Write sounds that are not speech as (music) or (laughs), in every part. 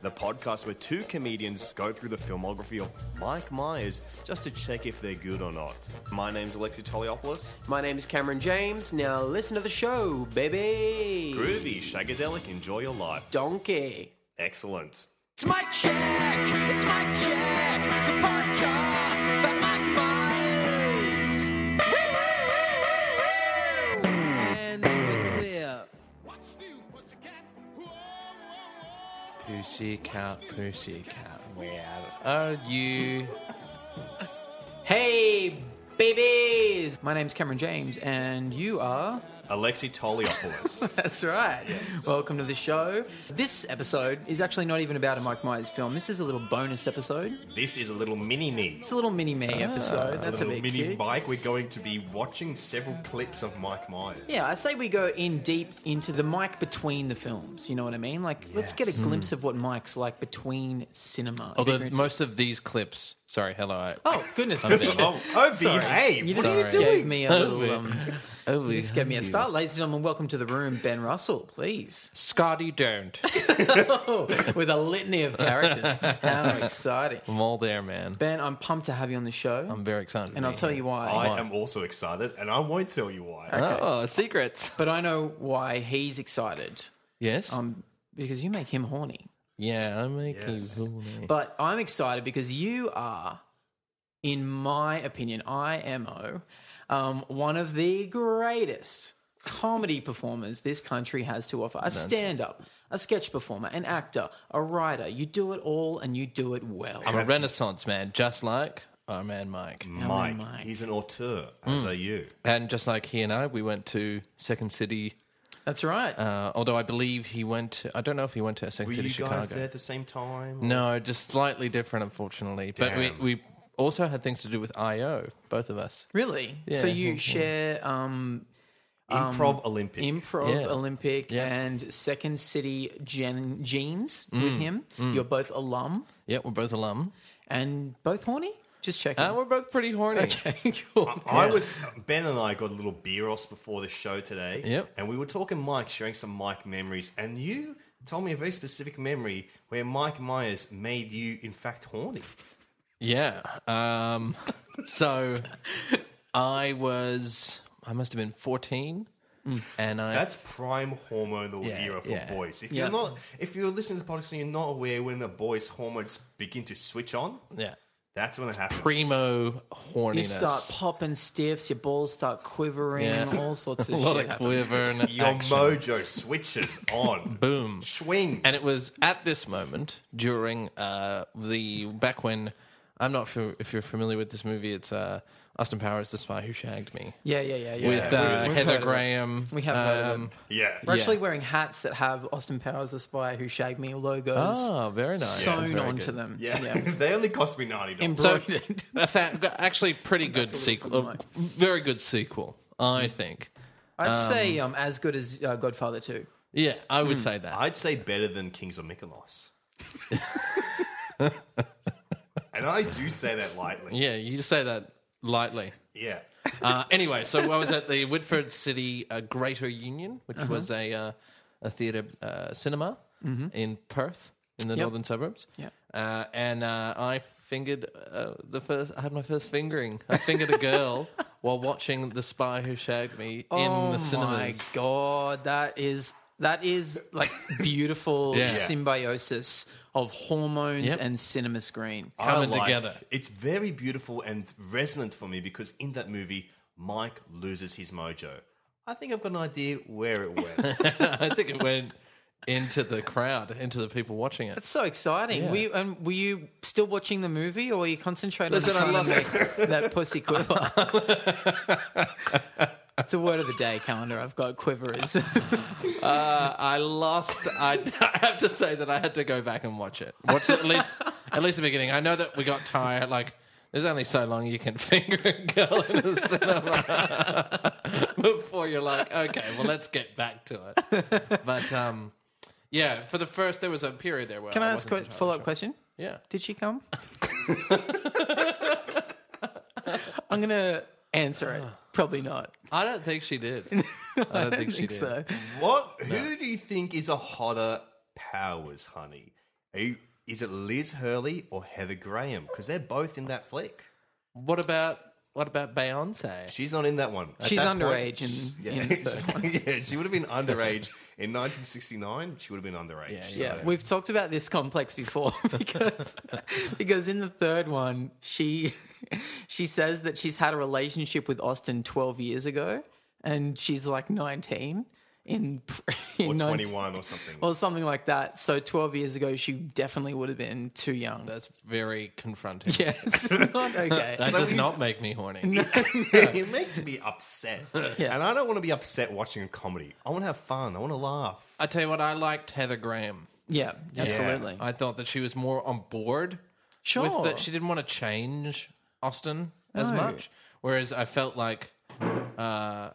the podcast where two comedians go through the filmography of Mike Myers just to check if they're good or not. My name's Alexi Toliopoulos. My name is Cameron James. Now listen to the show, baby. Groovy, shagadelic, enjoy your life. Donkey. Excellent. It's my check. It's my check. The podcast by Mike Myers. And we're clear. Pussycat, pussycat, where are you? Hey, babies. My name's Cameron James, and you are. (laughs) Alexi Toliopoulos. That's right. Welcome to the show. This episode is actually not even about a Mike Myers film. This is a little bonus episode. this is a little mini me. It's a little mini me Ah, episode. That's a, little bit mini cute. Mike. We're going to be watching several clips of Mike Myers. Yeah, I say we go in deep into the Mike between the films. You know what I mean? Like, let's get a glimpse of what Mike's like between cinema. Hmm. Although experiences. most of these clips, sorry, hello, I, oh goodness, I'm gracious. dead. Oh, (laughs) oh behave. You What are just you Sorry. gave doing? me a little. Um, oh, you just gave me a start, ladies and gentlemen. Welcome to the room, Ben Russell, please, Scotty, (laughs) don't. with a litany of characters. How exciting, I'm all there, man. Ben! I'm pumped to have you on the show, I'm very excited. to and be I'll tell you here. why. I am also excited, and I won't tell you why. Oh, secrets. but I know why he's excited Yes. um, because you make him horny. yeah, I make you. But I'm excited because you are, in my opinion, IMO, um, one of the greatest comedy performers this country has to offer. A stand up, a sketch performer, an actor, a writer. You do it all and you do it well. I'm a renaissance man, just like our man Mike. Mike, he's an auteur, as Hmm. are you. And just like he and I, we went to Second City, That's right. uh, although I believe he went to, I don't know if he went to Second Were you City, guys Chicago. there at the same time? No, just slightly different, unfortunately. But Damn. we, we also had things to do with I.O., both of us. really? so yeah, you yeah. share um, Improv Olympic. Improv Yeah. Olympic Yeah. Mm, and Second City gen- Jeans with him. You're both alum Yeah, we're both alum. and both horny? Just checking. And we're both pretty horny. Okay, (laughs) cool. I was Ben and I got a little beeros before the show today. Yep. And we were talking Mike, sharing some Mike memories, and you told me a very specific memory where Mike Myers made you in fact horny. Yeah. Um, so I was, I must have been 14. And I, (laughs) That's prime hormonal Yeah, era for yeah. boys. If Yeah. you're not if you're listening to the podcast and you're not aware when the boys' hormones begin to switch on, yeah, that's when it happens. primo horniness. You start popping stiffs, your balls start quivering, Yeah. all sorts a (laughs) of lot shit. of happens. quiver (laughs) and Your action. mojo switches on. Boom. Swing. And it was at this moment during uh, the back when I'm not sure if you're familiar with this movie. It's uh, Austin Powers, The Spy Who Shagged Me, yeah, yeah, yeah, yeah. with we- uh, we've heard Heather of it. Graham. um, We have heard of it. yeah. We're actually yeah. wearing hats that have Austin Powers, the spy who shagged me logos Oh, very nice. That's sewn very onto good. them. Yeah. (laughs) they only cost me ninety dollars. So, Embroidered. a fa- actually, pretty good sequel. a Very good sequel, Hmm. I think. I'd say um, as good as uh, Godfather 2. Yeah, I Hmm. would say that. I'd say better than Kings of Mykonos. (laughs) and I do say that lightly. yeah, you say that lightly. Yeah. Uh, anyway, so I was at the Whitford City uh, Uh-huh. Greater Union, which was a uh, a theatre uh, cinema in Perth, in the Mm-hmm. Yep. northern suburbs. Yep. Uh, and uh, I fingered uh, the first. I had my first fingering. I fingered a (laughs) girl while watching The Spy Who Shagged Me in the cinemas. Oh my god, that is that is like (laughs) beautiful Yeah. symbiosis of hormones Yep. and cinema screen. Coming I like- together. It's very beautiful and resonant for me because in that movie, Mike loses his mojo. I think I've got an idea where it went. (laughs) I think it went into the crowd, into the people watching it. That's so exciting. Were you, and were you still watching the movie, or were you concentrating Listen, I on trying to lost make (laughs) that pussy quiver? (laughs) it's a word of the day calendar. I've got quivers. (laughs) I lost. (laughs) I, (laughs) I have to say that I had to go back and watch it. Watch it at least at least the beginning. I know that we got tired. Like there's only so long you can (laughs) finger a girl in a (laughs) cinema before you're like, okay, well let's get back to (laughs) it. But um, yeah, for the first there was a period there where Can I ask wasn't a entirely follow up sure. question? Yeah. Did (laughs) she come? I'm gonna answer it. Probably not. I don't think she did. Ah. (laughs) I don't think she think did. so. what? Who do you think is a hotter powers, honey? Are you, is it Liz Hurley or Heather Graham? Because they're both in that flick. What about what about Beyonce? She's not in that one. At She's that point- underage in- yeah. in the third (laughs) yeah, she would have been underage in 1969. She would have been underage. so- Yeah, we've talked about this complex before (laughs) because because in the third one she (laughs) she says that she's had a relationship with Austin 12 years ago and she's like 19 in, (laughs) in Or 19 21 or something. or something like that. So 12 years ago she definitely would have been too young. (laughs) That's very confronting. yeah, it's not okay. That does not make me horny. (laughs) it makes me (laughs) upset. And I don't want to be upset watching a comedy. I want to have fun. I want to laugh. (laughs) I tell you what, I liked Heather Graham. yeah, absolutely. I thought that she was more on board sure. with that. She didn't want to change Austin as No. much. Whereas I felt like uh,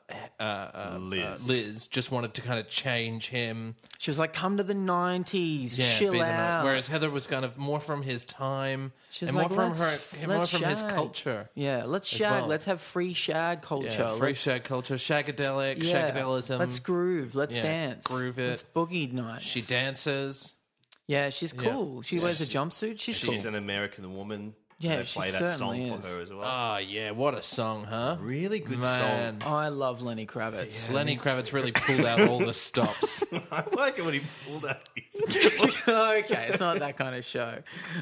Liz. Liz just wanted to kind of change him. She was like come to the 90s, Yeah, chill be the man. out. Whereas Heather was kind of more from his time She's and like, more from her, "Let's- more let's from his shag." culture. Yeah, let's as shag. well. Let's have free shag culture. Yeah, free Let's- shag culture, shagadelic, yeah, shagadelism. Let's groove. Let's Yeah, dance. groove it. It's boogie night. She dances. yeah, she's cool. She wears a jumpsuit. She's, cool. She's an American woman. Yeah, they she play that song certainly for is. Ah, her as well. Oh yeah, what a song, huh? really good Man. Oh, Oh, I love Lenny Kravitz. Lenny Kravitz really pulled out all the stops. song. (laughs) I like it when he pulled out (laughs) his. (laughs) okay, it's not that kind of (laughs) show.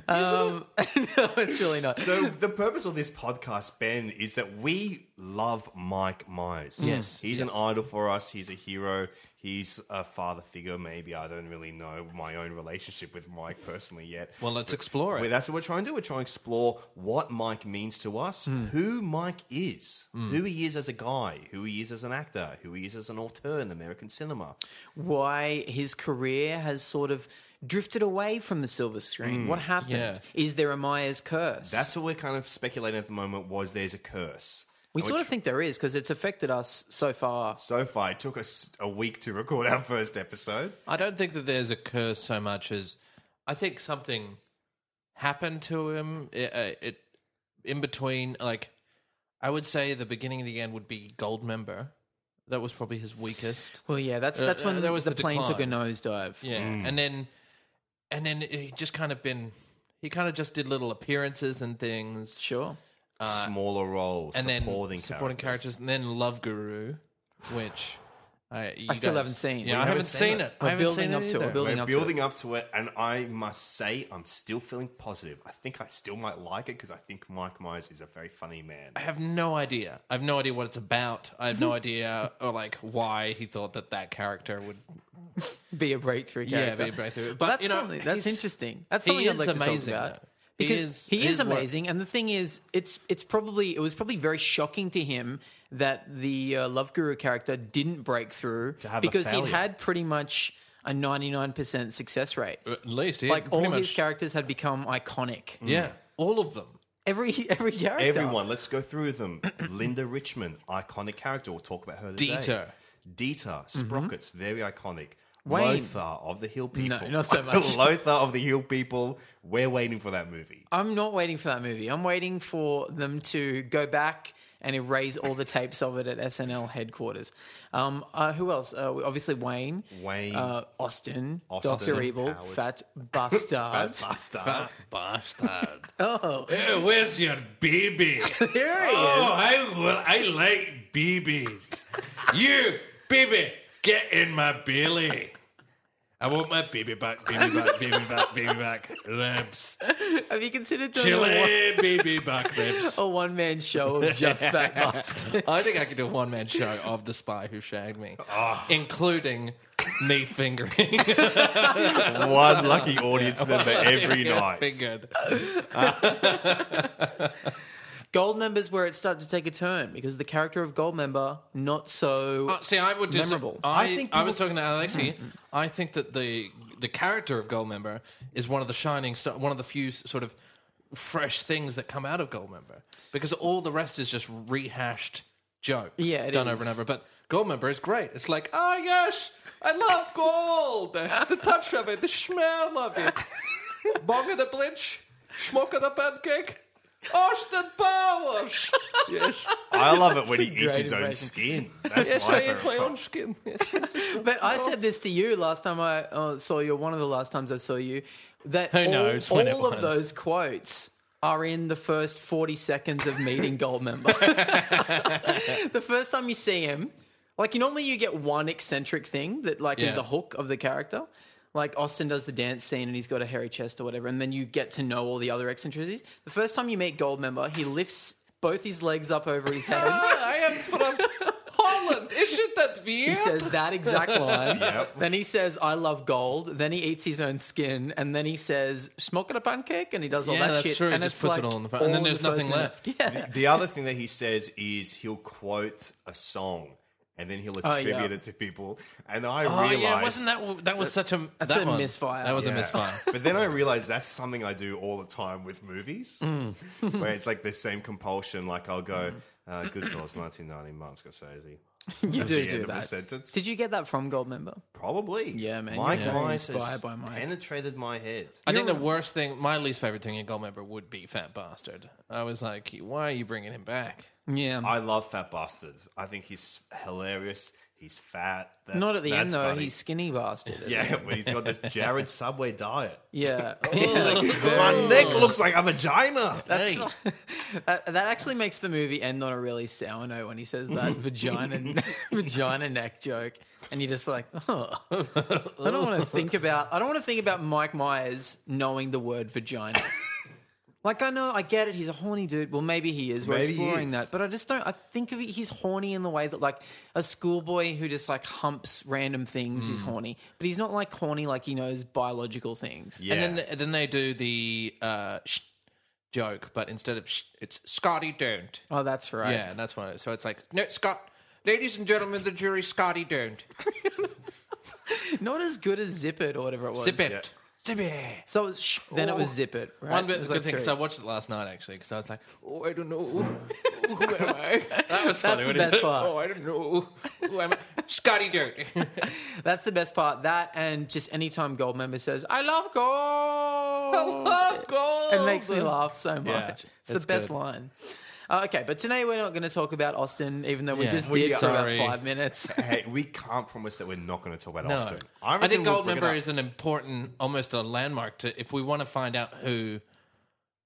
Um, (laughs) no, it's really not. So the purpose of this podcast, Ben, is that we love Mike Myers. Yes, he's an idol for us. He's a hero. He's a father figure. Maybe I don't really know my own relationship with Mike personally yet. Well, let's explore Well, it. that's what we're trying to do. We're trying to explore what Mike means to us, Hmm. who Mike is, who he is as a guy, who he is as an actor, who he is as an auteur in American cinema. Why his career has sort of drifted away from the silver screen. what happened? Mm, yeah. Is there a Myers curse? That's what we're kind of speculating at the moment. Was there's a curse? we sort of think there is because it's affected us so far. So far, it took us a week to record our first episode. I don't think that there's a curse so much as I think something happened to him. It, uh, it in between, like I would say, the beginning and the end would be Gold Member. That was probably his weakest. Well, yeah, that's Uh, that's when uh, there was the, the plane took a decline. nosedive. Yeah, and then and then he just kind of been he kind of just did little appearances and things, Sure. Smaller roles, and then supporting, supporting characters. characters. and then Love Guru, which. I, you I still guys- haven't seen. Yeah, We I haven't seen it. We're I haven't building seen up it to it. We're either. building We're up to building up to it, and I must say, I'm still feeling positive. I think I still might like it because I think Mike Myers is a very funny man. I have no idea. I have no idea what it's about. I have (laughs) no idea or like why he thought that that character would be a breakthrough. Yeah, Character. be a breakthrough. But But, that's you know, something- that's he's- interesting. That's he something I'd is like to talk amazing, about. though. He Because is- he is, his work- amazing, and the thing is, it's it's probably it was probably very shocking to him that the uh, Love Guru character didn't break through have a because he failure. had pretty much a ninety nine percent success rate. at least he like Uh, pretty all his much- characters had become iconic. Yeah, all of them. Every every character, Everyone, let's go through them. (clears throat) Linda Richmond, iconic character. We'll talk about her today. Dieter. Dieter, Sprockets, very iconic. Wayne. Lothar of the Hill People. not (laughs) so much. Lothar of the Hill People. We're waiting for that movie. I'm not waiting for that movie. I'm waiting for them to go back and erase all the tapes of it at SNL headquarters. Um, uh, who else? Uh, obviously Wayne, Wayne. uh, Austin, Austin. Doctor Evil, Powers. Fat Bastard. Bastard. (laughs) Bastard. oh, Eh, Where's your (laughs) baby? there he is. Oh, I will. I like babies. you, baby, get in my belly. I want my baby back, baby back, baby back, baby (laughs) back ribs. Have you considered doing a one, Chili baby back ribs. (laughs) a one-man show of (laughs) just Fat Bastard? I think I could do a one man show of the spy who shagged me, Ah. including me fingering. One lucky audience member every (laughs) night. Fingered. Gold members where it started to take a turn because the character of Gold member not so Uh, see, I would just. memorable. I, I think I was talking to Alexi. I think that the the character of Goldmember is one of the shining, sta- one of the few s- sort of fresh things that come out of Goldmember because all the rest is just rehashed jokes, Yeah, it done is. over and over. But Goldmember is great. It's like, oh yes, I love gold. (laughs) the touch of it, the smell of it. (laughs) Bong of the blinch, smoke of the pancake. Austin Powers. Yes, (laughs) I love it when he eats great his own impression. (laughs) skin. That's yes, my I eat my favorite own part. skin. But Oh. I said this to you last time I uh, saw you, or one of the last times I saw you, that Who all, knows when it all was. of those quotes are in the first 40 seconds of (laughs) meeting Goldmember. (laughs) the first time you see him, like you normally you get one eccentric thing that like is Yeah. the hook of the character. Like Austin does the dance scene and he's got a hairy chest or whatever, and then you get to know all the other eccentricities. The first time you meet Goldmember, he lifts both his legs up over his head. (laughs) I am from Holland. Isn't that weird? He says that (laughs) exact line. Then he says, I love gold. Then he eats his own skin. And then he says, smoking a pancake. And he does all Yeah, that that's shit. true. He And just it's puts like it all in the front. And then all in there's the first nothing minute. left. Yeah. (laughs) The other thing that he says is he'll quote a song and then he'll attribute Oh, yeah. it to people. And I Oh realized yeah, wasn't that that was such a that's that a one. misfire. That was Yeah. a misfire. (laughs) (laughs) but then I realized that's something I do all the time with movies, Mm. (laughs) where it's like the same compulsion. Like I'll go, uh, Goodfellas, 1990, Martin Scorsese. You the do end do of a that. sentence. Did you get that from Goldmember? Probably. Yeah, man, Mike you're very Myers has inspired by Mike. penetrated my head. I think the worst thing, my least favorite thing in Goldmember would be Fat Bastard. I was like, why are you bringing him back? Yeah. I love Fat Bastard. I think he's hilarious. He's fat. That- Not at the end, that's though. funny. He's skinny bastard. (laughs) (laughs) yeah, when he's got this Jared Subway diet. Yeah. Oh, My neck looks like a vagina. That's- that, that actually makes the movie end on a really sour note when he says (laughs) that vagina (laughs) vagina neck joke, and you're just like, (laughs) oh, I don't want to think about. I don't want to think about Mike Myers knowing the word (laughs) vagina. Like I know, I get it. He's a horny dude. Well, maybe he is. We're Maybe he exploring is. that, but I just don't. I think of it, he's horny in the way that like a schoolboy who just like humps random things Mm. is horny, but he's not like horny like he knows biological things. Yeah. And then then they do the uh, sh- joke, but instead of sh- it's Scotty don't. Oh, that's right. Yeah, that's why. So it's like no Scott. Ladies and gentlemen, the jury, Scotty don't. Not as good as Zip It or whatever it was. Zip it. Zip it. So it was sh- then it was zip it. Right? Oh. One bit It of was the good like thing because three. I watched it last night actually because I was like, oh, I don't know, Ooh, who am I? (laughs) That was funny. the when he best said, part. Oh, I don't know, who am I? Scotty Dirt. That's the best part. That and just anytime gold member says, (laughs) "I love gold," love gold. it makes me laugh so much. Yeah, it's, the it's best good. line. Uh, okay, but today we're not going to talk about Austin, even though we Yeah. just We did for about are. five (laughs) minutes. (laughs) hey, we can't promise that we're not going to talk about No. Austin. I, reckon think we'll Gold bring it Member up. is an important, almost a landmark to if we want to find out who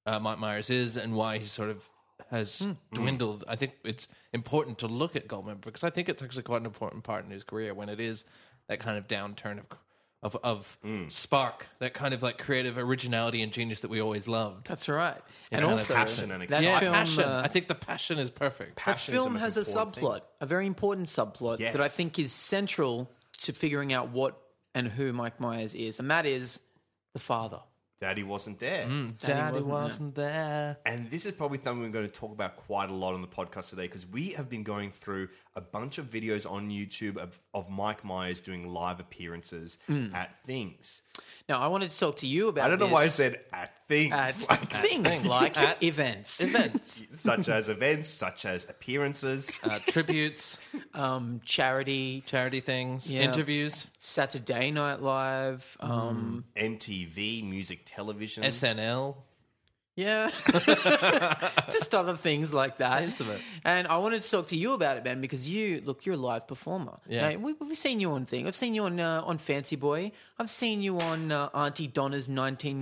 uh, Mike Myers is and why he sort of has dwindled. I think it's important to look at Goldmember because I think it's actually quite an important part in his career when it is that kind of downturn of of, of spark, that kind of like creative originality and genius that we always loved. That's right. and kind of also passion and that excitement. yeah, film, passion. uh, I think the passion is perfect. that Passion is the film most has a important thing. subplot, a very important subplot that I Yes. think is central to figuring out what and who Mike Myers is, and that is the father. Daddy wasn't there. Daddy wasn't there. And this is probably something we're going to talk about quite a lot on the podcast today because we have been going through a bunch of videos on YouTube of, of Mike Myers doing live appearances Mm. at things. Now, I wanted to talk to you about. I don't know why I this. said at things, at (laughs) like, things like (laughs) events, events, such as events, such as appearances. Uh, (laughs) tributes, um, charity, charity things, Yeah. interviews, Saturday Mm. Night Live. Um, MTV, music, television. SNL. Yeah. (laughs) (laughs) Just other things like that. Heaps of it. And I wanted to talk to you about it, Ben, because you look, you're a live performer. Yeah. Now, we, we've seen you on thing. I've seen you on uh, on Fancy Boy. I've seen you on uh, Auntie Donna's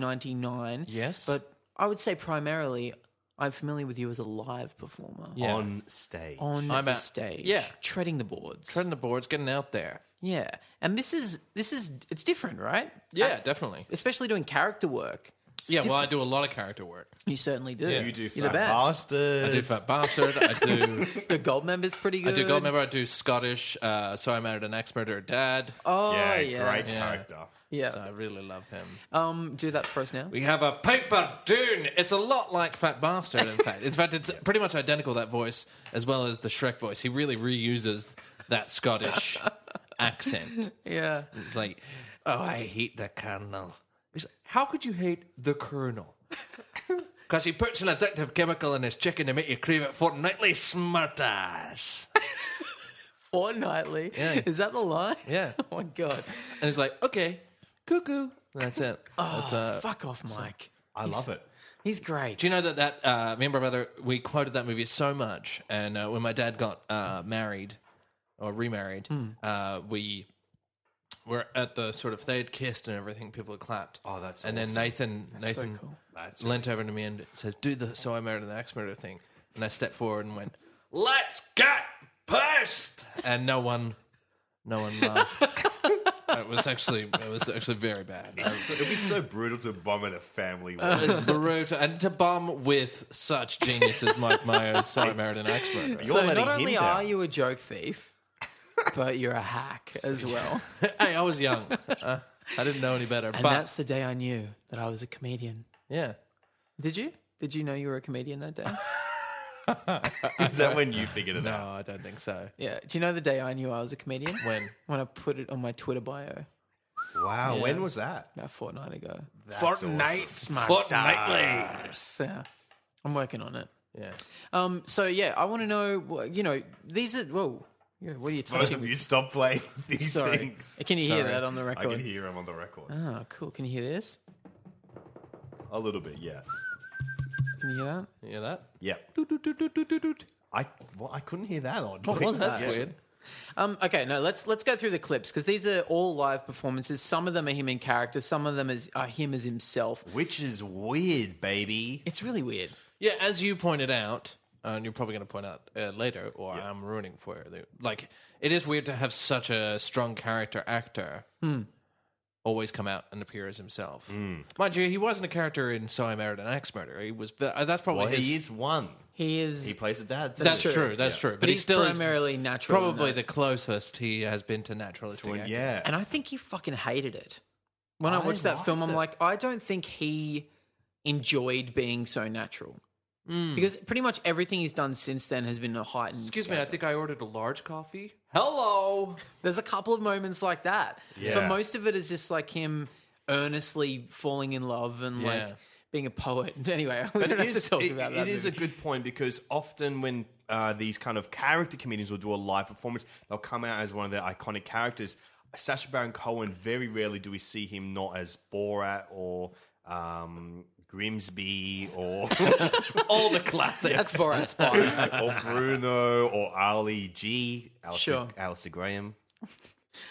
1999. Yes. But I would say primarily, I'm familiar with you as a live performer. Yeah. on stage. On I'm the a- stage. yeah. Treading the boards. Treading the boards, getting out there. yeah. And this is this is it's different, right? Yeah, definitely. Especially doing character work. yeah, well, I do a lot of character work. You certainly do. Yeah. you do You're the fat best. I do bastards. Fat Bastard. I do. Your gold member's pretty I good. do Gold Member. I do Scottish. Uh, so I married an ex murderer dad. Oh, yeah, yeah. great character. Yeah. So I really love him. Um, do that for us now. We have a paper dune. It's a lot like Fat Bastard, in fact. In fact, it's pretty much identical, that voice, as well as the Shrek voice. He really reuses that Scottish accent. yeah. It's like, oh, I hate the colonel. He's like, how could you hate the colonel? Because he puts an addictive chemical in his chicken to make you crave it fortnightly, smartass. Fortnightly. Is that the line? Yeah. (laughs) oh my god. And he's like, okay, cuckoo. And that's it. that's, uh, Fuck off, Mike. I love it. He's great. Do you know that that uh, me and my brother we quoted that movie so much, and uh, when my dad got uh, married or remarried, Hmm. uh, we were at the sort of they had kissed and everything, people had clapped. Oh, that's and awesome. then Nathan Nathan cool. That's leant over to me and says, "Do the so I married an axe murder thing," and I stepped forward and went, "Let's get pissed," and no one, no one (laughs) laughed. it was actually it was actually very bad. I- So- it'd be so brutal to bomb at a family. Uh, wedding. is brutal. And to bomb with such genius as Mike Myers, so I married an axe murderer. You're so letting not him only down. are you a (laughs) joke thief, but you're a hack as well. hey, I was young. (laughs) Uh, I didn't know any better. and but that's the day I knew that I was a comedian. yeah, Did you? Did you know you were a comedian (laughs) that day? (laughs) Is that when you figured it no, out? I don't think so. yeah. Do you know the day I knew I was a comedian? When? When I put it on my Twitter bio Wow, when was that? about a fortnight ago. (laughs) Fortnite. Fortnightly. So I'm working on it. Yeah. Um, so yeah, I want to know. wh- You know, these are. Whoa, yeah, what are you Both touching? of you stop playing (laughs) these Sorry, things. can you hear Sorry. that on the I record? can hear him on the record. Oh, cool. Can you hear this? A little bit, yes. Can you hear that? You hear that? Yeah. I well, I couldn't hear that on. What was That's Yeah. weird. Um, okay, no, let's let's go through the clips because these are all live performances. Some of them are him in character. Some of them is are him as himself. Which is weird, baby. It's really weird. Yeah, as you pointed out, and you're probably going to point out uh, later, or I'm ruining for you. Like, it is weird to have such a strong character actor always come out and appear as himself. Hmm. Mind you, he wasn't a character in So I Married an Axe Murderer. He was. uh, That's probably Well, his. he is one. He is. He plays a dad. that's doesn't true. he? That's Yeah. true. But, but he he's still is primarily natural. in probably that. the closest he has been to naturalistic. Well, acting. yeah. And I think he fucking hated it. When I, I watched that liked film, I'm it. like, I don't think he enjoyed being so natural. Mm. Because pretty much everything he's done since then has been a heightened. Excuse me, I think I ordered a large coffee. Hello. There's a couple of moments like that. But Yeah. most of it is just like him earnestly falling in love and Yeah. like being a poet. (laughs) Anyway, we But don't it have is, to talk it- about it that. is a movie. (laughs) good point because often when uh, these kind of character comedians will do a live performance, they'll come out as one of their iconic characters. Sacha Baron Cohen, very rarely do we see him not as Borat or um, Grimsby or, (laughs) All the classics. That's Borat's spot. or Bruno or Ali G, Alistair, Sure. Alistair Graham.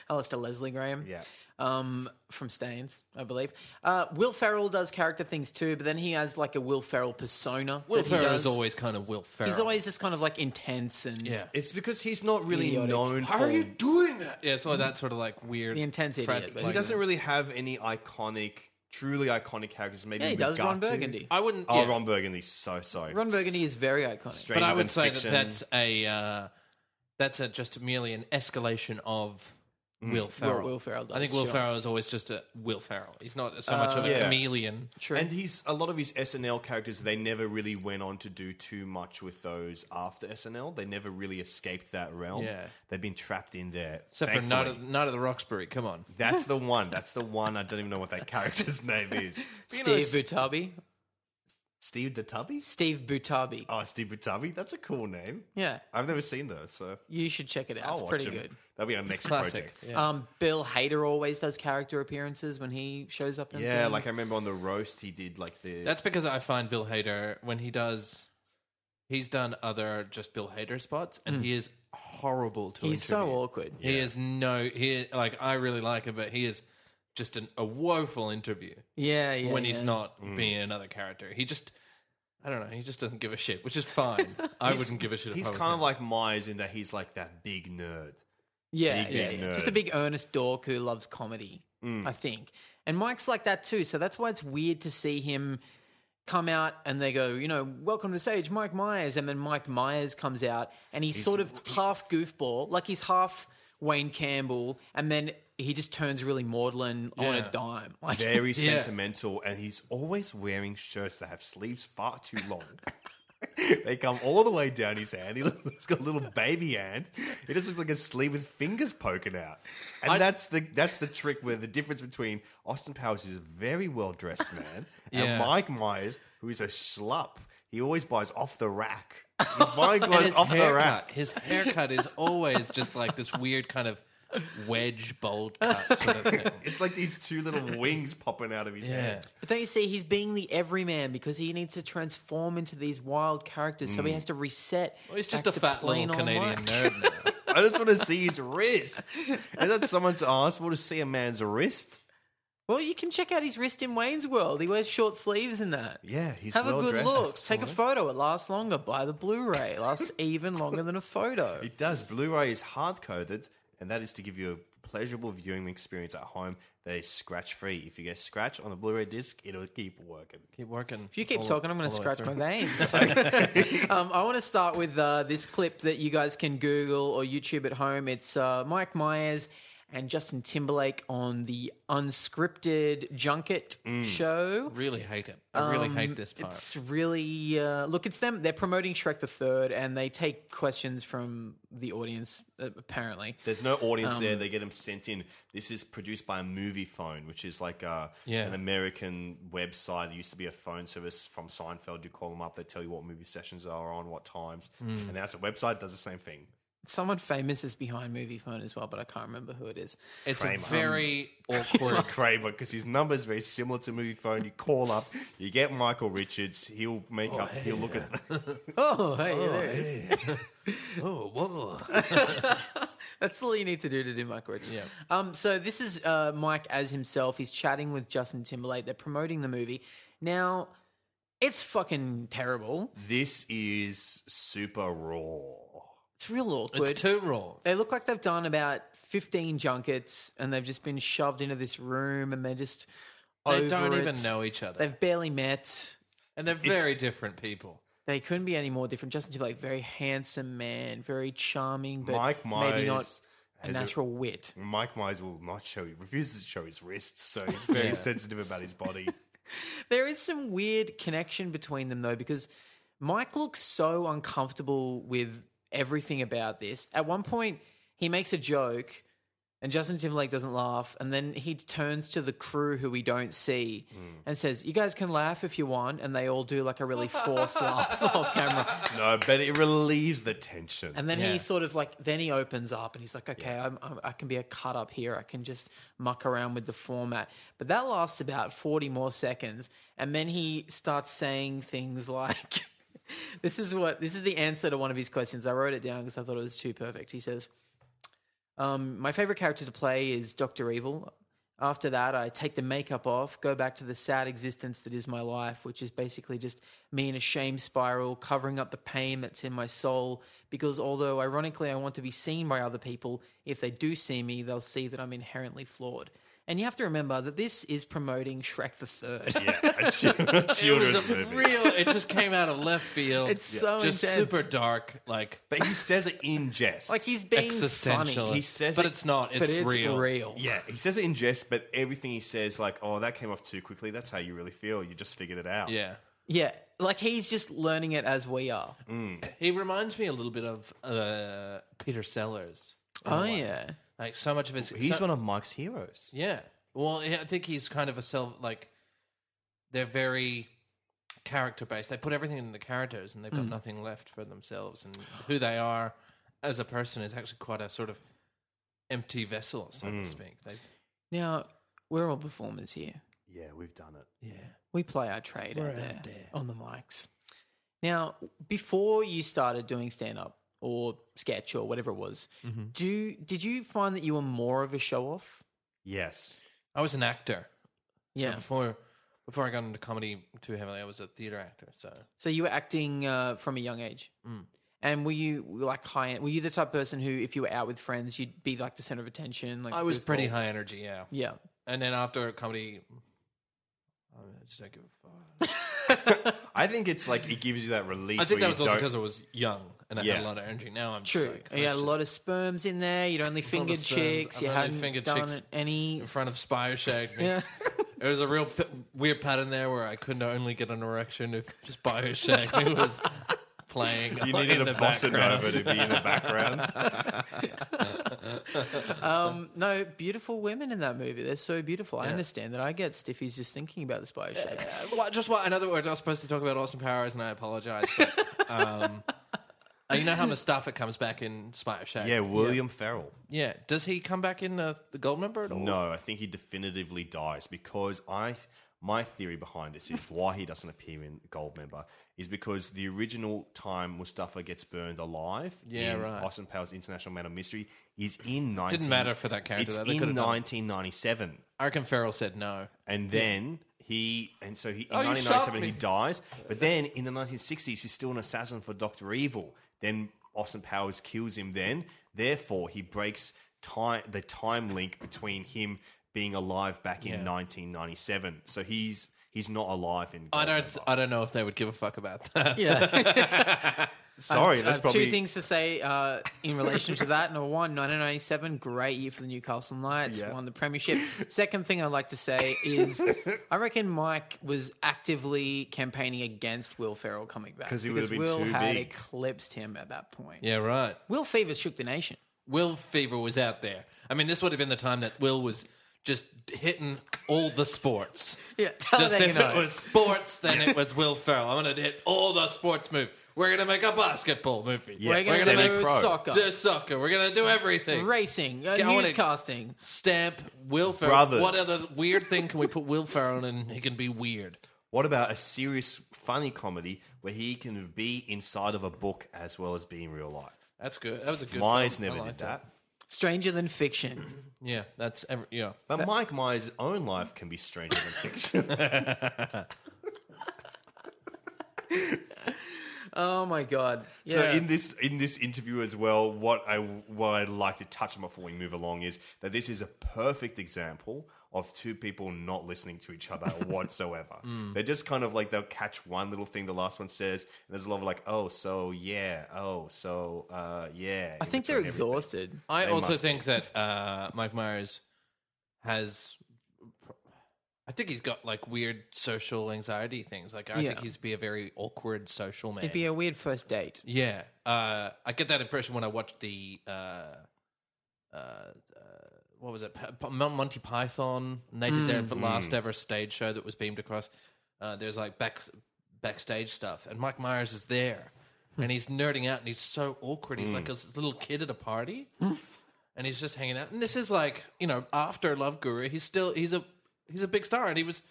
Alistair Leslie Graham. Yeah. um, from Stains, I believe. Uh, Will Ferrell does character things too, but then he has like a Will Ferrell persona. Will that he Ferrell does. is always kind of Will Ferrell. He's always just kind of like intense and yeah. It's because he's not really Idiotic. known How for. are you doing that? Yeah, it's all that sort of like weird, The intense idiot, but- like- he doesn't really have any iconic, truly iconic characters. Maybe Yeah, he does Mugatu. Ron Burgundy. I wouldn't. Oh, yeah. Ron Burgundy. So sorry. Ron Burgundy is very iconic. but Stranger I Than would say Fiction. that that's a uh, that's a just merely an escalation of Will Ferrell. Will Ferrell does, I think Will sure. Ferrell is always just a Will Ferrell. He's not so much of a yeah. chameleon. True. And he's a lot of his SNL characters. They never really went on to do too much with those after SNL. They never really escaped that realm. Yeah. they've been trapped in there. Except for Night thankfully. of, Night of the Roxbury. Come on. (laughs) That's the one. That's the one. I don't even know what that character's name is. Steve Butabi. Steve the Tubby? Steve Butabi. Oh, Steve the Tubby? That's a cool name. Yeah, I've never seen those, so you should check it out. I'll it's watch pretty them. good. That'll be our next Classic. project. Yeah. Um, Bill Hader always does character appearances when he shows up. In Yeah, things. like I remember on the roast, he did like the. That's because I find Bill Hader when he does, he's done other just Bill Hader spots, and he is horrible to. Hmm. he's so interview. awkward. He is no he like I really like him, but he is just an, a woeful interview Yeah, yeah. when he's yeah. not being another character. He just. I don't know. He just doesn't give a shit, which is (laughs) fine. I wouldn't give a shit. If He's I was kind him. of like Myers in that he's like that big nerd. Yeah, Big, yeah, big yeah. nerd. Just a big earnest dork who loves comedy, Mm. I think. And Mike's like that too, so that's why it's weird to see him come out and they go, you know, welcome to the stage, Mike Myers, and then Mike Myers comes out and he's, sort of half goofball, like he's half Wayne Campbell, and then he just turns really maudlin on Yeah. a dime. (laughs) Like Very (laughs) Yeah. sentimental, and he's always wearing shirts that have sleeves far too (laughs) long. they come all the way down his hand. He looks, he's got a little baby hand. It just looks like a sleeve with fingers poking out. And that's the that's the trick where the difference between Austin Powers, who's a very well dressed man, Yeah. and Mike Myers, who is a schlup. He always buys off the rack. He's (laughs) buying And clothes his off the haircut, rack. his haircut is always just like this weird kind of wedge bold cut sort (laughs) of thing. It's like these two little wings popping out of his Yeah. head. But don't you see, he's being the everyman because he needs to transform into these wild characters, so he has to reset. Mm. Well, he's back just a to fat plain little old Canadian Mike. nerd (laughs) now. I just want to see his wrists. Is that someone's asked for to see a man's wrist? Well, you can check out his wrist in Wayne's World. He wears short sleeves in that. Yeah, he's Have well a good dressed. look. Take a photo. It lasts longer. Buy the Blu-ray. It (laughs) lasts even longer than a photo. It does. Blu-ray is hard coded, and that is to give you a pleasurable viewing experience at home that is scratch free. If you get scratch on the Blu-ray disc, it'll keep working. Keep working. Oh, If you keep talking, I'm going to scratch my (laughs) veins. (laughs) um, I want to start with uh, this clip that you guys can Google or YouTube at home. It's uh, Mike Myers and Justin Timberlake on the unscripted junket Mm. show. Really hate it. I really hate this part. um, It's really uh, look. It's them. They're promoting Shrek the Third, and they take questions from the audience. uh, Apparently, There's no audience um, there. They get them sent in. This is produced by Movie Phone, which is like uh Yeah. an American website. It used to be a phone service from Seinfeld. You call them up, they tell you what movie sessions are on, what times, Hmm. and now it's a website. Does the same thing. someone famous is behind Movie Phone as well, but I can't remember who it is. It's Kramer. a (laughs) very awkward. It's Kramer because his number is very similar to movie phone. You call up, you get Michael Richards. He'll make up. he'll look at. Oh, hey, there it is. oh, whoa. That's all you need to do to do Mike Richards. Yeah. Um, so this is uh, Mike as himself. He's chatting with Justin Timberlake. They're promoting the movie. Now, it's fucking terrible. This is super raw. It's real awkward. It's too raw. they look like they've done about 15 junkets and they've just been shoved into this room and they're just. They don't over even it. know each other. They've barely met. and they're very different people. They couldn't be any more different. Justin Timberlake, very handsome man, very charming, but Mike maybe not Myers a has a- natural wit. Mike Myers will not show. He refuses to show his wrists, so (laughs) he's very sensitive about his body. There is some weird connection between them though, because Mike looks so uncomfortable with everything about this. At one point, he makes a joke, and Justin Timberlake doesn't laugh, and then he turns to the crew who we don't see and says, "You guys can laugh if you want," and they all do like a really forced laugh off camera. No, but it relieves the tension. And then Yeah. he sort of like, then he opens up and he's like, okay, I'm, I'm, I can be a cut up here. I can just muck around with the format. But that lasts about 40 more seconds. And then he starts saying things (laughs) like, this is what, this is the answer to one of his questions. I wrote it down because I thought it was too perfect. He says, um, my favorite character to play is Dr. Evil. After that, I take the makeup off, go back to the sad existence that is my life, which is basically just me in a shame spiral, covering up the pain that's in my soul. Because although ironically I want to be seen by other people, if they do see me, they'll see that I'm inherently flawed. And you have to remember that this is promoting Shrek the Third. (laughs) (laughs) yeah, a chi- It was children's a movie. real. It just came out of left field. It's so just intense. super dark. Like but he says it in jest. Like he's being existential. funny, He says but it- it's not. It's, but it's real. real. yeah, he says it in jest, but everything he says, like, "Oh, that came off too quickly." That's how you really feel. You just figured it out. Yeah. Yeah, like he's just learning it as we are. Oh, He reminds me a little bit of uh, Peter Sellers. Oh yeah, Like so much of his. he's so- one of Mike's heroes. Yeah. Well, yeah, I think he's kind of a self like they're very character based. They put everything in the characters, and they've got nothing left for themselves and who they are as a person is actually quite a sort of empty vessel, so to speak. They, Now, we're all performers here. Yeah, we've done it. yeah, We play our trade We're out out there, there. on the mics. Now, before you started doing stand up or sketch or whatever it was, Mm-hmm. do did you find that you were more of a show off? Yes. I was an actor. Yeah. So before before I got into comedy too heavily, I was a theater actor. So So you were acting uh, from a young age, Mm. and were you like high? Were you the type of person who, if you were out with friends, you'd be like the center of attention? Like I was pretty goofball? high energy. Yeah. Yeah. And then after comedy, I just don't give a fuck. I think it's like it gives you that release. I think where that was you also don't- because I was young and I Yeah. had a lot of energy. Now I'm True. Just like, you had a lot of sperms in there. You'd (laughs) only fingered sperms. chicks. I've You only hadn't fingered done chicks any in front of Spire shagged me. Yeah. (laughs) There was a real p- weird pattern there where I couldn't only get an erection if just Spire shagged me was playing. you in needed the a bossa background. nova to be in the (laughs) background. Um, No, beautiful women in that movie. They're so beautiful. I understand that. I get stiffies just thinking about the spy shape. Well, just what another word I was supposed to talk about Austin Powers, and I apologize. But, um, (laughs) uh, you know how Mustafa comes back in Spire Shack? yeah, William Ferrell. Yeah. Does he come back in the, the gold member at all? No, I think he definitively dies because I my theory behind this is why he doesn't appear in Goldmember is because the original time Mustafa gets burned alive Yeah, in right. Austin Powers International Man of Mystery is in 19 Didn't matter for that character, It's though. They in could've done- 1997 I reckon Farrell said no. and then he and so he in Oh, you 1997 shot he me. dies but then in the 1960s he's still an assassin for dr evil then austin powers kills him then therefore he breaks time the time link between him being alive back in 1997 so he's he's not alive in I don't. I don't know if they would give a fuck about that. (laughs) Yeah. sorry uh, I that's have probably two things to say uh, in relation to that. Number one, 1997, great year for the Newcastle Knights, Yeah. won the premiership. Second thing I'd like to say is (laughs) I reckon Mike was actively campaigning against Will Ferrell coming back 'Cause he would because have been Will too had big. eclipsed him at that point. (laughs) Yeah, right. Will Fever shook the nation. Will Fever was out there. I mean, this would have been the time that Will was just hitting all the sports. Yeah, (laughs) tell just them if you know. it was sports, then it was Will Ferrell. I'm going to hit all the sports moves. We're going to make a basketball movie. Yeah, We're going to We're going Semi to make do Pro. soccer, do soccer. We're going to do everything. racing, uh, Go on and- newscasting. Stamp Will Ferrell. Brothers. What other weird thing can we put Will Ferrell in? He can be weird. what about a serious funny comedy where he can be inside of a book as well as be in real life That's good. That was a good. myers film. I never did liked it. that Stranger than fiction. Yeah, that's every, yeah. But Mike Myers' own life can be stranger than fiction. Oh my god! Yeah. So in this in this interview as well, what I what I'd like to touch on before we move along is that this is a perfect example of two people not listening to (laughs) each other whatsoever. Hmm. They're just kind of like they'll catch one little thing the last one says, and there's a lot of like, oh, so yeah, oh, so uh, yeah. I think they're exhausted. I also must think that uh, Mike Myers has. I think he's got like weird social anxiety things. Like I Yeah. think he's be a very awkward social man. It'd be a weird first date. yeah, uh, I get that impression when I watched the uh, uh, uh, what was it Pa- Pa- Mon- Monty Python. And they did their Mm, last ever stage show that was beamed across. Uh, there's like back backstage stuff, and Mike Myers is there, Hmm. and he's nerding out, and he's so awkward. He's like a s- little kid at a party and he's just hanging out. And this is like you know after Love Guru, he's still he's a he's a big star, and he was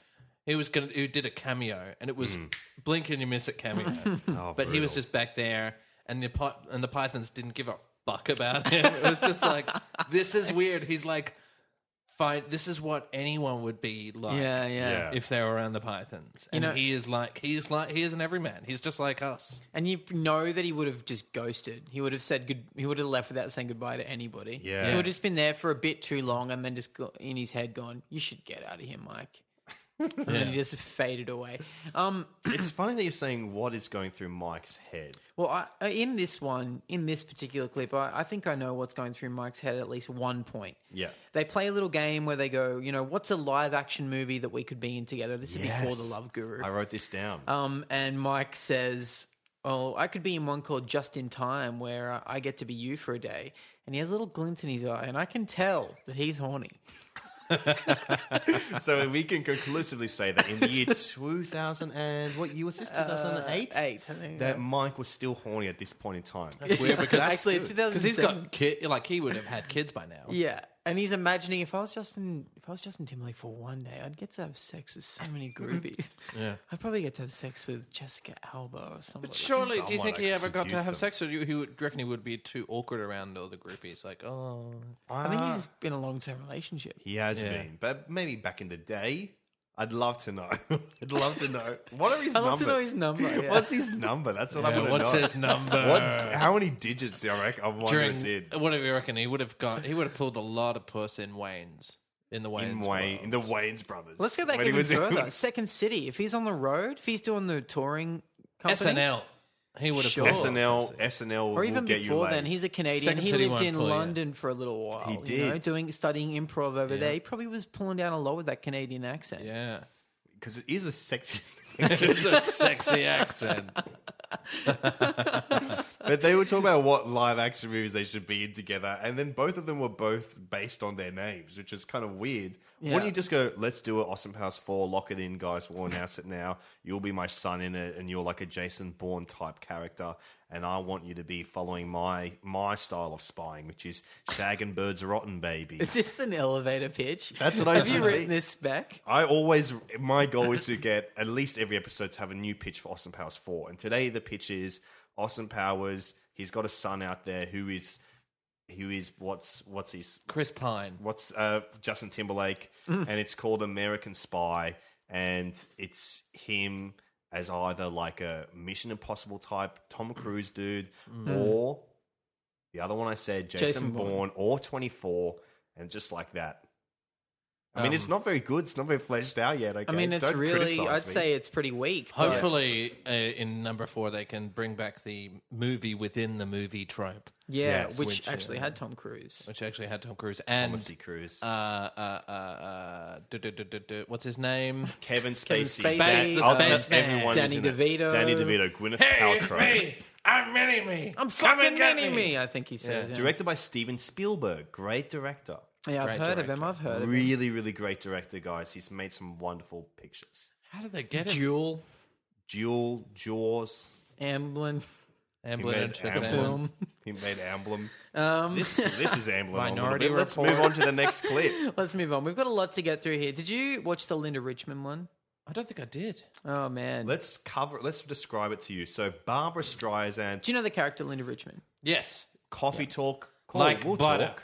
he was gonna he did a cameo, and it was blink and you miss it cameo. but he was just back there, and the Py- and the Pythons didn't give a fuck about him. (laughs) it was just like this is weird. He's like. Fine. This is what anyone would be like Yeah, yeah, Yeah. if they were around the Pythons, and know- he is like he is like he is an everyman. He's just like us. And you know that he would have just ghosted. He would have said good. He would have left without saying goodbye to anybody. Yeah. he would have just been there for a bit too long, and then just go, in his head gone. You should get out of here, (laughs) Mike. and then he just faded away. Um, It's funny that you're saying what is going through Mike's head. well, I, uh, in this one, in this particular clip, I, I think I know what's going through Mike's head at least one point. Yeah. They play a little game where they go, you know, what's a live action movie that we could be in together? This is before The Yes. Love Guru. I wrote this down. Um, and Mike says, "Oh, I could be in one called Just in Time, where I get to be you for a day." And he has a little glint in his eye, and I can tell that he's horny. so we can conclusively say that in (laughs) the year 2000 and what year was this? 2008? Uh, eight, I think, That yeah. Mike was still horny at this point in time. Weird because actually, it's because he's 2007. got kid, like he would have had kids by now. Yeah, and he's imagining if I was Justin, if I was Justin Timberlake for one day, I'd get to have sex with so many groupies. yeah, I'd probably get to have sex with Jessica Alba or something. But surely, do you Someone think he that ever got to seduced have them. sex, or do you, he would do you reckon he would be too awkward around all the groupies? Like, oh, I think he's been a long-term relationship. Ah, He has Yeah. been, but maybe back in the day. I'd love to know. (laughs) I'd love to know. What are (laughs) his I'd love numbers? to know his (laughs) number. yeah. What's his number? That's what I want to know. what's (laughs) his number? What? How many digits do I reckon? I wonder During it's in. what do you reckon he would have got? He would have pulled a lot of puss in Wayne's in the Wayne's In Wayne, in the world. Wayne's brothers. Let's go back When even he was (laughs) in- further. Second City. If he's on the road, if he's doing the touring company, SNL. He would have Sure. pulled a lot of SNL, puss in. SNL, or even will get before you then, laid. he's a Canadian. Second he City lived won't in pull you. London for a little while. He You know, did. doing studying improv over there. He probably was pulling down a lot with that Canadian accent. Yeah, because it is a sexiest. (laughs) it's a sexy accent. but they were talking about what live action movies they should be in together, and then both of them were both based on their names, which is kind of weird. Why Yeah. don't you just go, "Let's do it, Awesome House Four, lock it in, guys. We'll announce it now. You'll be my son in it, and you're like a Jason Bourne type character, and I want you to be following my my style of spying, which is shagging birds rotten, baby." Is this an elevator pitch? That's what I have you think. written this spec. I always my goal is to get at least every episode to have a new pitch for Austin Powers four. And today the pitch is Austin Powers. He's got a son out there who is who is what's what's his Chris Pine. what's uh, Justin Timberlake, Mm. and it's called American Spy, and it's him as either like a Mission Impossible type Tom Cruise dude, or the other one I said Jason, Mm. Jason Bourne. Bourne, or Twenty Four, and just like that. I mean, it's not very good. It's not very fleshed out yet. Okay? Um, I mean, it's Don't really. criticize I'd me. say it's pretty weak. but- Hopefully, uh, in number four, they can bring back the movie within the movie trope, yeah, Yes. which, Which, uh, actually had Tom Cruise. which actually had Tom Cruise and Thomas D. Cruise, uh, uh, uh, uh, du- du- du- du- du- what's his name? Kevin Spacey, Kevin Spacey, That's the I'll tell spaceman. everyone Danny isn't it? DeVito. Danny DeVito, Gwyneth Paltrow, I'm Mini Me. I'm fucking mini me. I think he says. Yeah, directed by Steven Spielberg, great director. Yeah, I've Great heard of him. director. I've heard of him. really, really great director, guys. He's made some wonderful pictures. How did they get it? Jewel, Duel, Jaws. Amblin, (laughs) Amblin made and Chicken Amblin. Amblin. film. He made Emblem. Um, This, this is Emblem. on a little Minority bit. Let's Report. move on to the (laughs) next clip. Let's move on. We've got a lot to get through here. Did you watch the Linda Richmond one? I don't think I did. Oh man. Let's cover. Let's describe it to you. So Barbara Streisand, Do you know the character Linda Richmond? Yes. coffee talk, Like we'll butter. talk.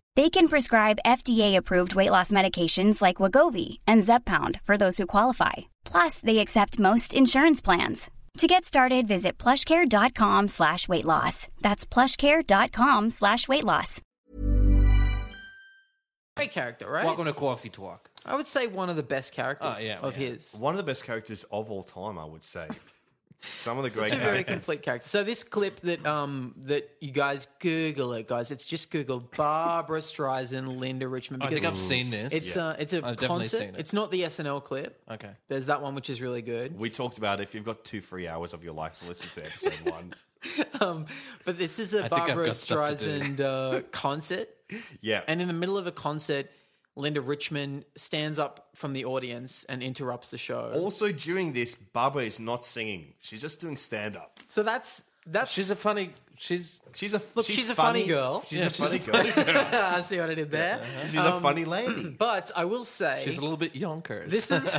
They can prescribe FDA-approved weight loss medications like Wagovi and Zepbound for those who qualify. Plus, they accept most insurance plans. To get started, visit plushcare.com slash weight loss. That's plushcare.com slash weight loss. Great character, right? Welcome to Coffee Talk. I would say one of the best characters Oh, yeah, of yeah. his. One of the best characters of all time, I would say. Some of the (laughs) great Such a very characters. complete character. So this clip that um that you guys Google it, guys. It's just Google Barbara Streisand, Linda Richmond. I think I've it's- seen this. It's uh, it's a I've definitely concert. seen it. It's not the SNL clip. Okay. There's that one which is really good. We talked about if you've got two free hours of your life to listen to episode (laughs) one. Um, but this is a I think I've Barbara got stuff to do. (laughs) Streisand uh, concert, Yeah. and in the middle of a concert, Linda Richmond stands up from the audience and interrupts the show. also during this, Barbara is not singing. She's just doing stand up. so that's that's She's a funny. She's She's a Look, she's a funny girl. She's Yeah, a she's funny a girl. (laughs) I see what I did there. (laughs) she's a Um, funny lady. But I will say uh-huh. she's a little bit yonkers. This (laughs) is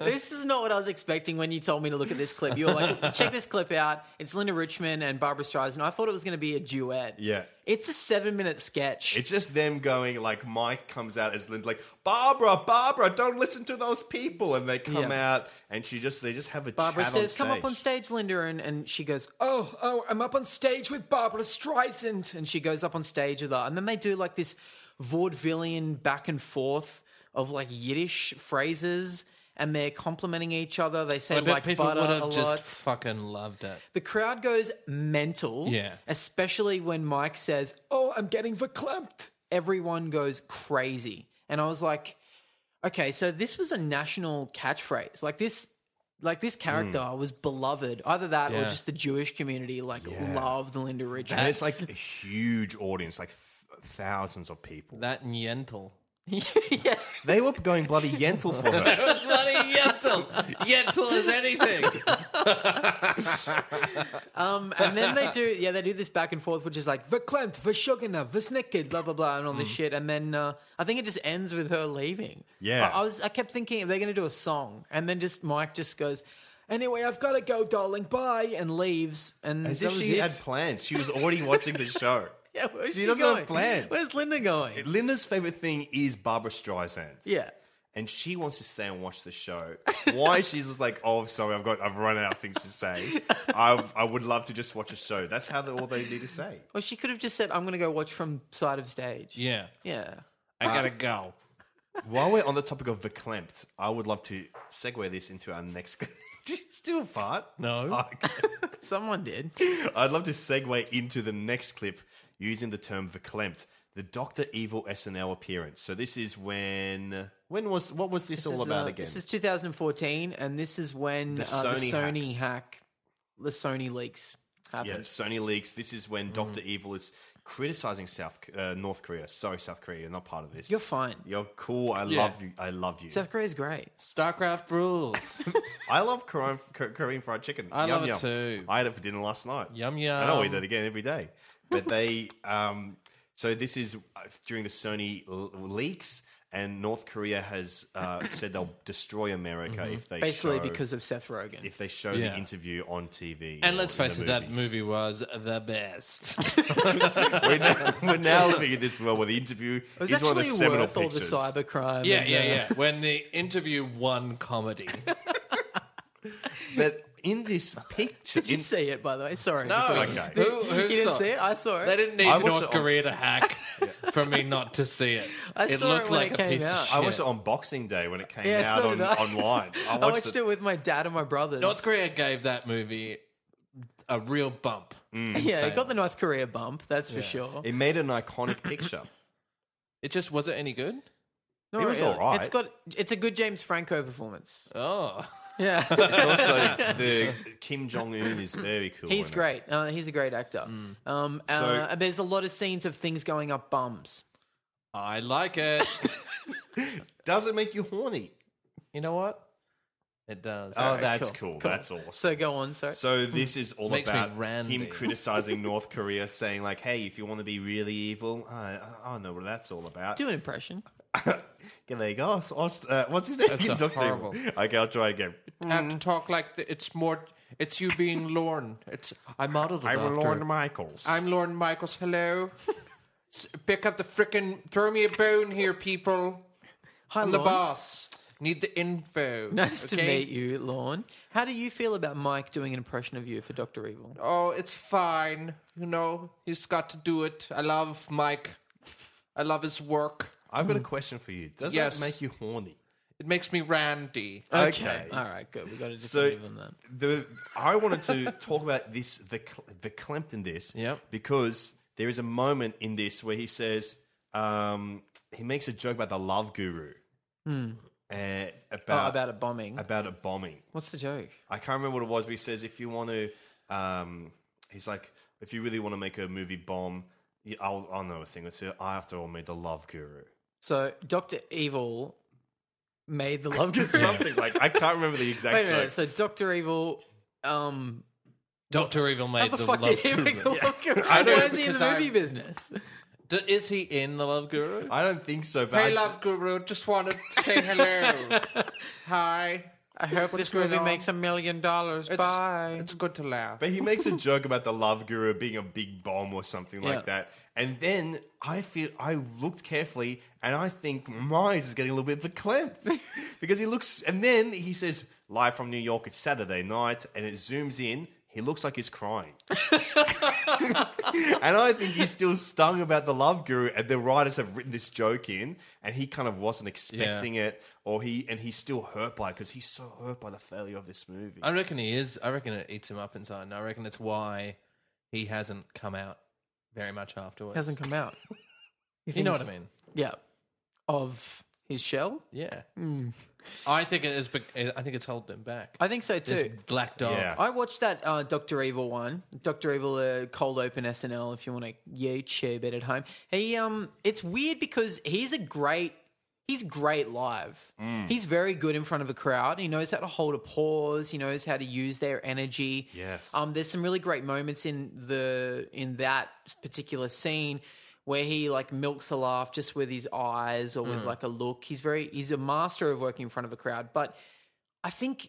this is not what I was expecting when you told me to look at this clip. You were like, check this clip out. It's Linda Richmond and Barbara Streisand. I thought it was going to be a duet. Yeah. it's a seven-minute sketch. It's just them going like Mike comes out as Linda, like Barbara, Barbara, don't listen to those people, and they come Yeah. out and she just they just have a Barbara chat says, on "Come up on stage, Linda," and, and she goes, "Oh, oh, I'm up on stage with Barbara Streisand," and she goes up on stage with her, and then they do like this vaudevillian back and forth of like Yiddish phrases, and they're complimenting each other. They say I bet like people butter would a have lot. just fucking loved it. The crowd goes mental. Yeah. Especially when Mike says, Oh, I'm getting verklempt. Everyone goes crazy. And I was like, okay, so this was a national catchphrase. Like this like this character was beloved. Either that or Hmm. Yeah. just the Jewish community like loved Linda Richmond. and it's like a huge audience, like th- thousands of people. That and Yentl. They were going bloody Yentl for her. That's bloody (laughs) Yentl. Yentl is anything. and then (laughs) they do yeah they do this back and forth which is like verklempt verschuggener versnicked blah blah blah and all Mm. this shit and then uh, i think it just ends with her leaving Yeah. i, I was i kept thinking they're going to do a song and then just mike just goes anyway i've got to go darling bye and leaves and (laughs) As that if was she it. had plans. She was already watching the show. (laughs) yeah, where's she she doesn't have going? plans. where's linda going Linda's favorite thing is Barbara Streisand. yeah and she wants to stay and watch the show. (laughs) Why she's just like, oh, sorry, I've got, I've run out of things to say. I, I would love to just watch a show. That's how they, all they need to say. or she could have just said i'm going to go watch from side of stage (laughs) Yeah. yeah I gotta go. While we're on the topic of verklempt, I would love to segue this into our next. (laughs) Did you still fart? No. Okay. someone did I'd love to segue into the next clip using the term verklempt, the Doctor Evil SNL appearance. So this is when. When was what was this, all is, about uh, again? This is 2014, and this is when The the Sony, uh, the Sony Sony hacks. hack, the Sony leaks happened. Yeah, Sony leaks. This is Mm. when Doctor Evil is criticizing South uh, North Korea. Sorry, South Korea, you're not part of this. You're fine. You're cool. I Yeah. love you. I love you. South Korea's great. Starcraft rules. I love Korean, K- Korean fried chicken. I yum, love it yum. too. I had it for dinner last night. Yum, And I'll eat yum. that again every day. But they, um, so this is uh, during the Sony l- leaks, and North Korea has (coughs) uh, said they'll destroy America if they Basically, show, because of Seth Rogen. if they show the Mm-hmm. Yeah. interview on TV. (laughs) and or let's in the face it, that movies. movie was the best. (laughs) we're, now, (laughs) we're now living in this world where the interview it was is one of the actually seminal worth all the pictures. cybercrime. yeah, and, yeah, uh, yeah. When the interview won comedy. But in this (laughs) picture, Did you in- see it, by the way? Sorry. No. before you- Okay. Who, who you didn't saw? see it? I saw it. They didn't need I watched North it on- Korea to (laughs) hack for me not to see it. I it saw it looked when like it a came piece out. of shit. I watched it on Boxing Day when it (laughs) came Yeah, out so on, did I. online. I (laughs) watched, I watched it. it. with my dad and my brothers. North Korea gave that movie a real bump. (laughs) Mm. Yeah, it got the sales. North Korea bump, that's for sure. It made an iconic picture. It just wasn't any good. No, it was yeah. alright. It's got it's a good James Franco performance. Oh, (laughs) Yeah. It's also the Kim Jong Un is very cool. He's in it. great. Uh, he's a great actor. Mm. Um, uh, So- and there's a lot of scenes of things going up bums. I like (laughs) it. Does it make you horny? you know what? It does. Oh, Alright, that's cool, cool. cool. That's awesome. So go on, sorry. So this is all Makes me about randy. him criticizing North Korea, saying like, "Hey, if you want to be really evil, I, I don't know what that's all about." Do an impression. (laughs) Yeah, there you go. Os- Os- uh, what's his name? That's a Doctor Evil. horrible- Okay, I'll try again. have to talk like the, it's more. It's you being Lorne. It's I modeled it I'm after. Lorne Michaels. I'm Lorne Michaels. Hello. S- Pick up the frickin' throw me a bone here, people. Hi, I'm the Lorne. boss. Need the info. (laughs) Nice to okay? meet you, Lorne. How do you feel about Mike doing an impression of you for Doctor Evil? Oh, it's fine. You know, he's got to do it. I love Mike. I love his work. I've got a question for you. Does Yes. that make you horny? It makes me randy. Okay. All right, good. We got to just So move on that. the I (laughs) wanted to talk about this the Cl- the Clempton this Yep. because there is a moment in this where he says um, he makes a joke about the love guru Hmm. uh, about oh, about a bombing. about a bombing. What's the joke? I can't remember what it was, but he says if you want to, um, he's like, if you really want to make a movie bomb, you- I'll, I'll know a thing or two. I, after all, made the Love Guru, So Doctor Evil (laughs) made the love guru. (laughs) something like I can't remember the exact. Wait a minute. joke. So Doctor Evil, um, Doctor Evil how made the, the, fuck love did he make (laughs) the guru. love guru? I don't- Why is he in because the I- movie business? D- Is he in the Love Guru? I don't think so. But Hey, I- Love Guru, just want to (laughs) say hello. Hi. I hope What's going on? a million dollars. It's, it's good to laugh. But he (laughs) makes a joke about the love guru being a big bomb or something Yeah. like that. And then I feel I looked carefully and I think Myers is getting a little bit (laughs) verklempt because he looks and then he says live from New York it's Saturday night and it zooms in he looks like (laughs) he's crying. and I think he's still stung about the love guru and the writers have written this joke in and he kind of wasn't expecting it or he and he's still hurt by it because he's so hurt by the failure of this movie. I reckon he is. I reckon it eats him up inside, and I reckon it's why he hasn't come out very much afterwards. hasn't come out. You know what I mean? Yeah. Of his shell? Yeah. I think it is. bec- I think it's holding him back. Hmm. I think so This too. black dog. Yeah. I watched that uh, Doctor Evil one, Doctor Evil uh, cold open SNL. If you want to YouTube it at home, he um, it's weird because he's a great, he's great live. He's very good in front of a crowd. He knows how to hold a pause. He knows how to use their energy. Yes. Um, there's some really great moments in the in that particular scene where he like milks a laugh just with his eyes or with like a look. He's very he's a master of working in front of a crowd, but I think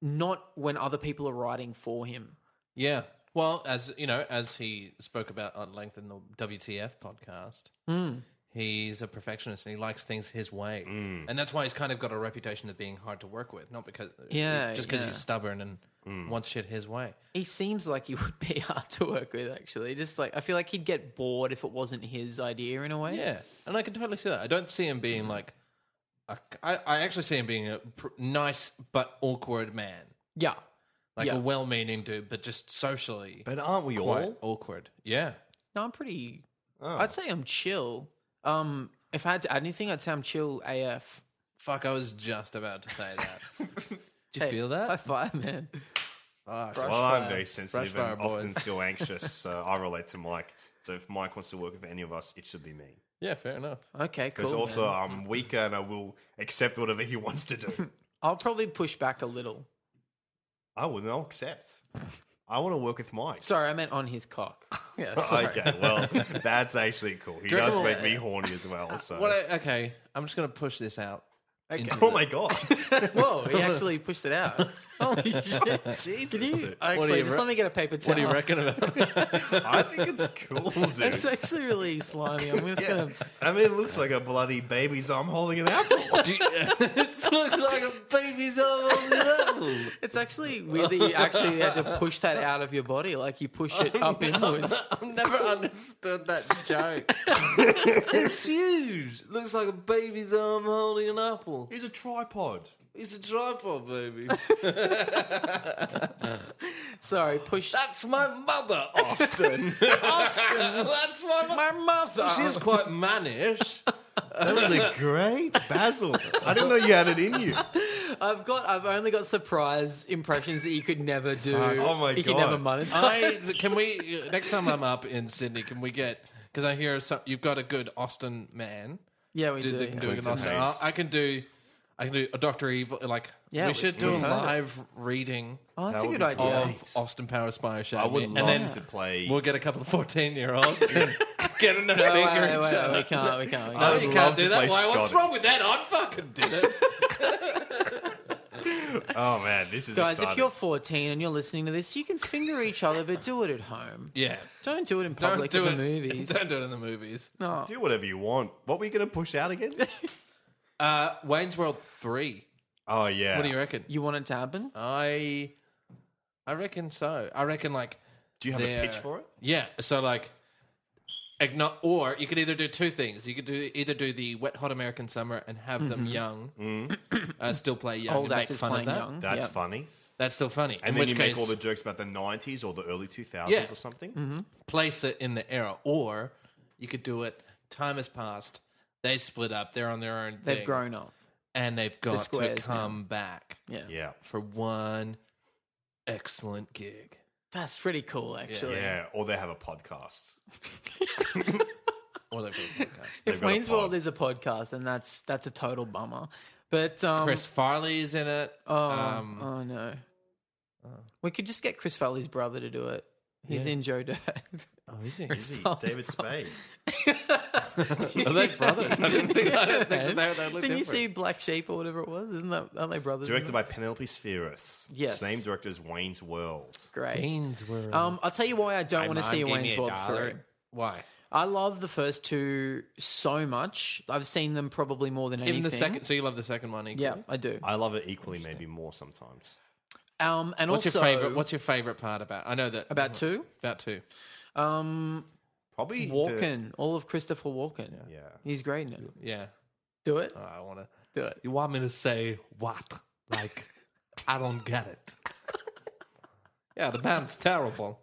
not when other people are writing for him. Yeah. Well, as you know, as he spoke about at length in the WTF podcast, Hmm. he's a perfectionist and he likes things his way, and that's why he's kind of got a reputation of being hard to work with. Not because Yeah, just because yeah. he's stubborn and wants shit his way. He seems like he (laughs) would be hard to work with actually. Just like I feel like he'd get bored if it wasn't his idea in a way. Yeah, and I can totally see that. I don't see him being like. A, I, I actually see him being a pr- nice but awkward man, Yeah. like Yeah. a well-meaning dude, but just socially but aren't we quite all? awkward. Yeah, No, I'm pretty Oh. I'd say I'm chill. Um if I had to add anything, I'd say I'm chill (laughs) AF. fuck. I was just about to say that. Do you feel High that? five, man. Fuck. Well, I'm Brushfire. very sensitive Brushfire and often (laughs) feel anxious, so I relate to Mike. So if Mike wants to work with any of us, it should be me. Yeah, fair enough. Okay, cool. Because also man. I'm weaker and I will accept whatever he (laughs) wants to do. I'll probably push back a little. I will not accept. I want to work with Mike. Sorry, I meant on his cock. Yeah, sorry. (laughs) okay, well, that's actually cool. He Drink does more. make me horny (laughs) as well. So. What I, okay, I'm just gonna push this (laughs) out. into (laughs) oh the- (laughs) my god! (laughs) Whoa, he actually pushed it (laughs) out. Holy shit. Jesus, Did he? dude. do Actually, you just re- let me get a paper towel. What do you reckon (laughs) about? I think it's cool, (laughs) dude. It's actually really slimy. I'm just gonna. I mean, it looks like a bloody baby's arm holding (laughs) an apple. it looks like a baby's arm on the apple. It's actually weird that you actually had to push that out of your body, like you push (laughs) it Oh, up inwards. (laughs) I've never understood that joke. (laughs) it's huge. Looks like a baby's arm holding an apple. He's a tripod. It's a tripod, baby. Sorry, push That's my mother, Austin. (laughs) Austin, that's my mother. my mother. She's quite mannish. That was a great Basil. I didn't know you had it in you. I've got. I've only got surprise impressions that you could never do. Oh my You could God. never (laughs) monetize. I can we next time I'm up in Sydney? Can we get? Because I hear some, you've got a good Austin man. yeah, we do, do. they can do yeah. it in Austin. Hayes. I'll- I can do. I can do a Doctor Evil. Like Yeah, we with- should do a with her. live reading Oh, that's a good That would be idea. great. of Austin Power Spy Show. I would and love then to play. we'll get a couple of fourteen-year-olds (laughs) and get in a (laughs) No, wait, finger wait, each wait, other. We can't. We can't. We No, I can't. would you love can't do to that. play Why? What's Scotty. wrong with that? I fucking did it. Oh man, this is Guys, exciting. if you're 14 and you're listening to this, you can finger each other, but do it at home. (laughs) Yeah. Don't do it in Don't public do in it. the (laughs) movies. Don't do it in the movies. Do whatever you want. What were you going to push out again? Uh, Wayne's World three. (laughs) oh yeah. What do you reckon? You want it to happen? I, I reckon so. I reckon like Do you have there- a pitch for it? Yeah. So like igno- or you could either do two things. You could do either do the wet hot American summer and have them young, uh, still play young, Mm-hmm. Old and make actors fun playing of that. young. That's Yep. funny. That's still funny. And in then which you case, make all the jokes about the 90s or the early 2000s Yeah. or something. place it in the era, or you could do it. Time has passed. They split up. They're on their own. They've thing, grown up. and they've got to squares now. come back Yeah. Yeah. for one excellent gig. That's pretty cool, actually. (laughs) Yeah. Or they have a podcast. Or they've got to come back. They've If got a Wayne's World pod. is a podcast, then that's that's a total bummer. But um, Chris Farley's in it. oh, um, oh no, Uh. we could just get Chris Farley's brother to do it. He's in Joe Dirt. (laughs) oh, is he? Is he? David Spade. Are they brothers? I didn't (laughs) think, I didn't think that they, they looked Didn't you different. see Black Sheep or whatever it was? Isn't that aren't they brothers? in Directed that? by Penelope Spheris. Yes. Same director as Wayne's World. (laughs) Great. Gainsborough. Um, I'll tell you why I don't Hey, want to Mom, see give me Wayne's a World dollar. three. Why? I love the first two so much. I've seen them probably more than anything. Even the second. So you love the second one? Equally? yeah, I do. I love it equally, maybe more sometimes. Um, and What's also, your favorite? What's your favorite part about? I know that about two? About two. Um, Probably the- Walken, all of Christopher Walken. Yeah. he's great in it. Yeah. Oh, Do it. I want to. Do it. You want me to say what? Like, I don't get it. yeah, the band's terrible.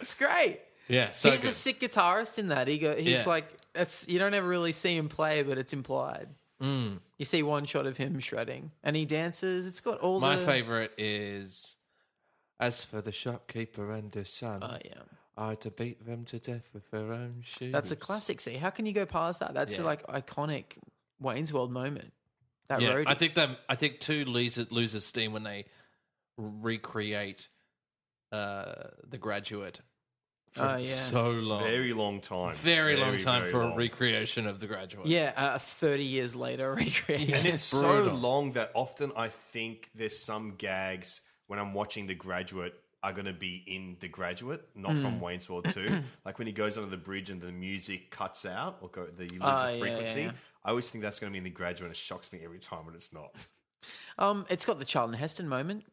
It's great. Yeah, so he's good. a sick guitarist in that. He go, he's Yeah. like that's you don't ever really see him play, but it's implied. Mm. You see one shot of him shredding, and he dances. It's got all My the favorite is. As for the shopkeeper and his son, Oh yeah, are to beat them to death with their own shoes. that's a classic. See, how can you go past that? That's Yeah. like iconic Wayne's World moment. That yeah, roadie. I think them. I think two loses loses steam when they recreate uh, the graduate for Oh, yeah. so long, very, Very long time. long time very for a long. recreation of the graduate. yeah, uh, thirty years later (laughs) recreation. And it's so Brutal. long that often I think there's some gags when I'm watching The Graduate are going to be in The Graduate, not Mm. from Wayne's World (clears throat) 2. like when he goes under the bridge and the music cuts out or go, the, you lose Ah, the yeah, frequency. yeah. I always think that's going to be in The Graduate and it shocks me every time when it's not. Um, it's got the Charlton Heston moment.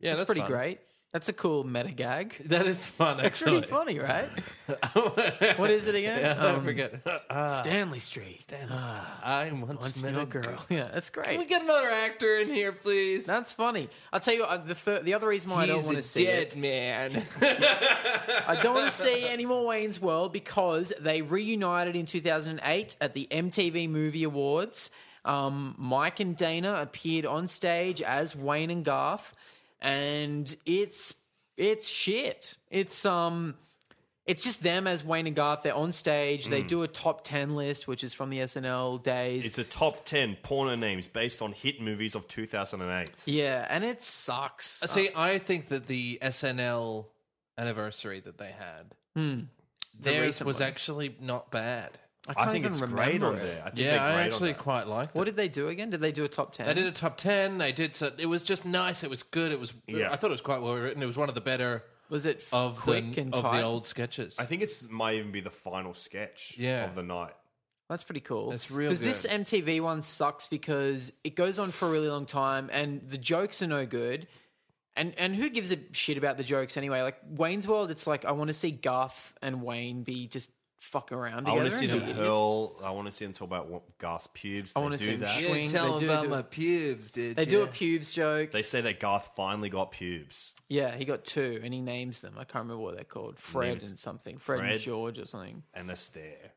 yeah, that's, that's pretty fun. great. That's a cool meta gag. (laughs) (laughs) That is fun. That's Actually. really funny, right? what is it again? (laughs) Yeah, Uh, I Um, forget. Stanley Street. (sighs) Stanley. I once, Once met met a girl. girl. (laughs) Yeah, that's great. Can we get another actor in here, please? That's funny. I'll tell you what, the thir- the other reason why I don't He's want a to see dead (laughs) it. man. I don't want to see any more Wayne's World because they reunited in 2008 at the MTV Movie Awards. Um, Mike and Dana appeared on stage as Wayne and Garth, and it's it's shit. It's um. It's just them as Wayne and Garth. They're on stage. They do a top 10 list, which is from the SNL days. It's the top 10 porno names based on hit movies of 2008. yeah, and it sucks. Uh, (laughs) See, I think that the SNL anniversary that they had, theirs Hmm. recent was one. actually not bad. I, can't think even it's great remember on it. there. I think Yeah, they're I great actually on that. quite liked What it. did they do again? Did they do a top 10? They did a top ten. They did so. It was just nice. It was good. It was. Yeah. I thought it was quite well written. It was one of the better Was it of quick the and of tight? the old sketches. I think it's might even be the final sketch Yeah. of the night. That's pretty cool. That's real Because this good. MTV one sucks because it goes on for a really long time and the jokes are no good. And and who gives a shit about the jokes anyway? Like Wayne's World, it's like I want to see Garth and Wayne be just fuck around I together. want to see and them be idiots. hurl. I want to see them talk about what Garth pubes. I They wanna do see them that. shit. swing, they do do- pubes, did They do a pubes joke. They say that Garth finally got pubes. yeah, he got two and he names them. I can't remember what they're called. Fred Named and something. Fred, Fred. and George or something. And a stare.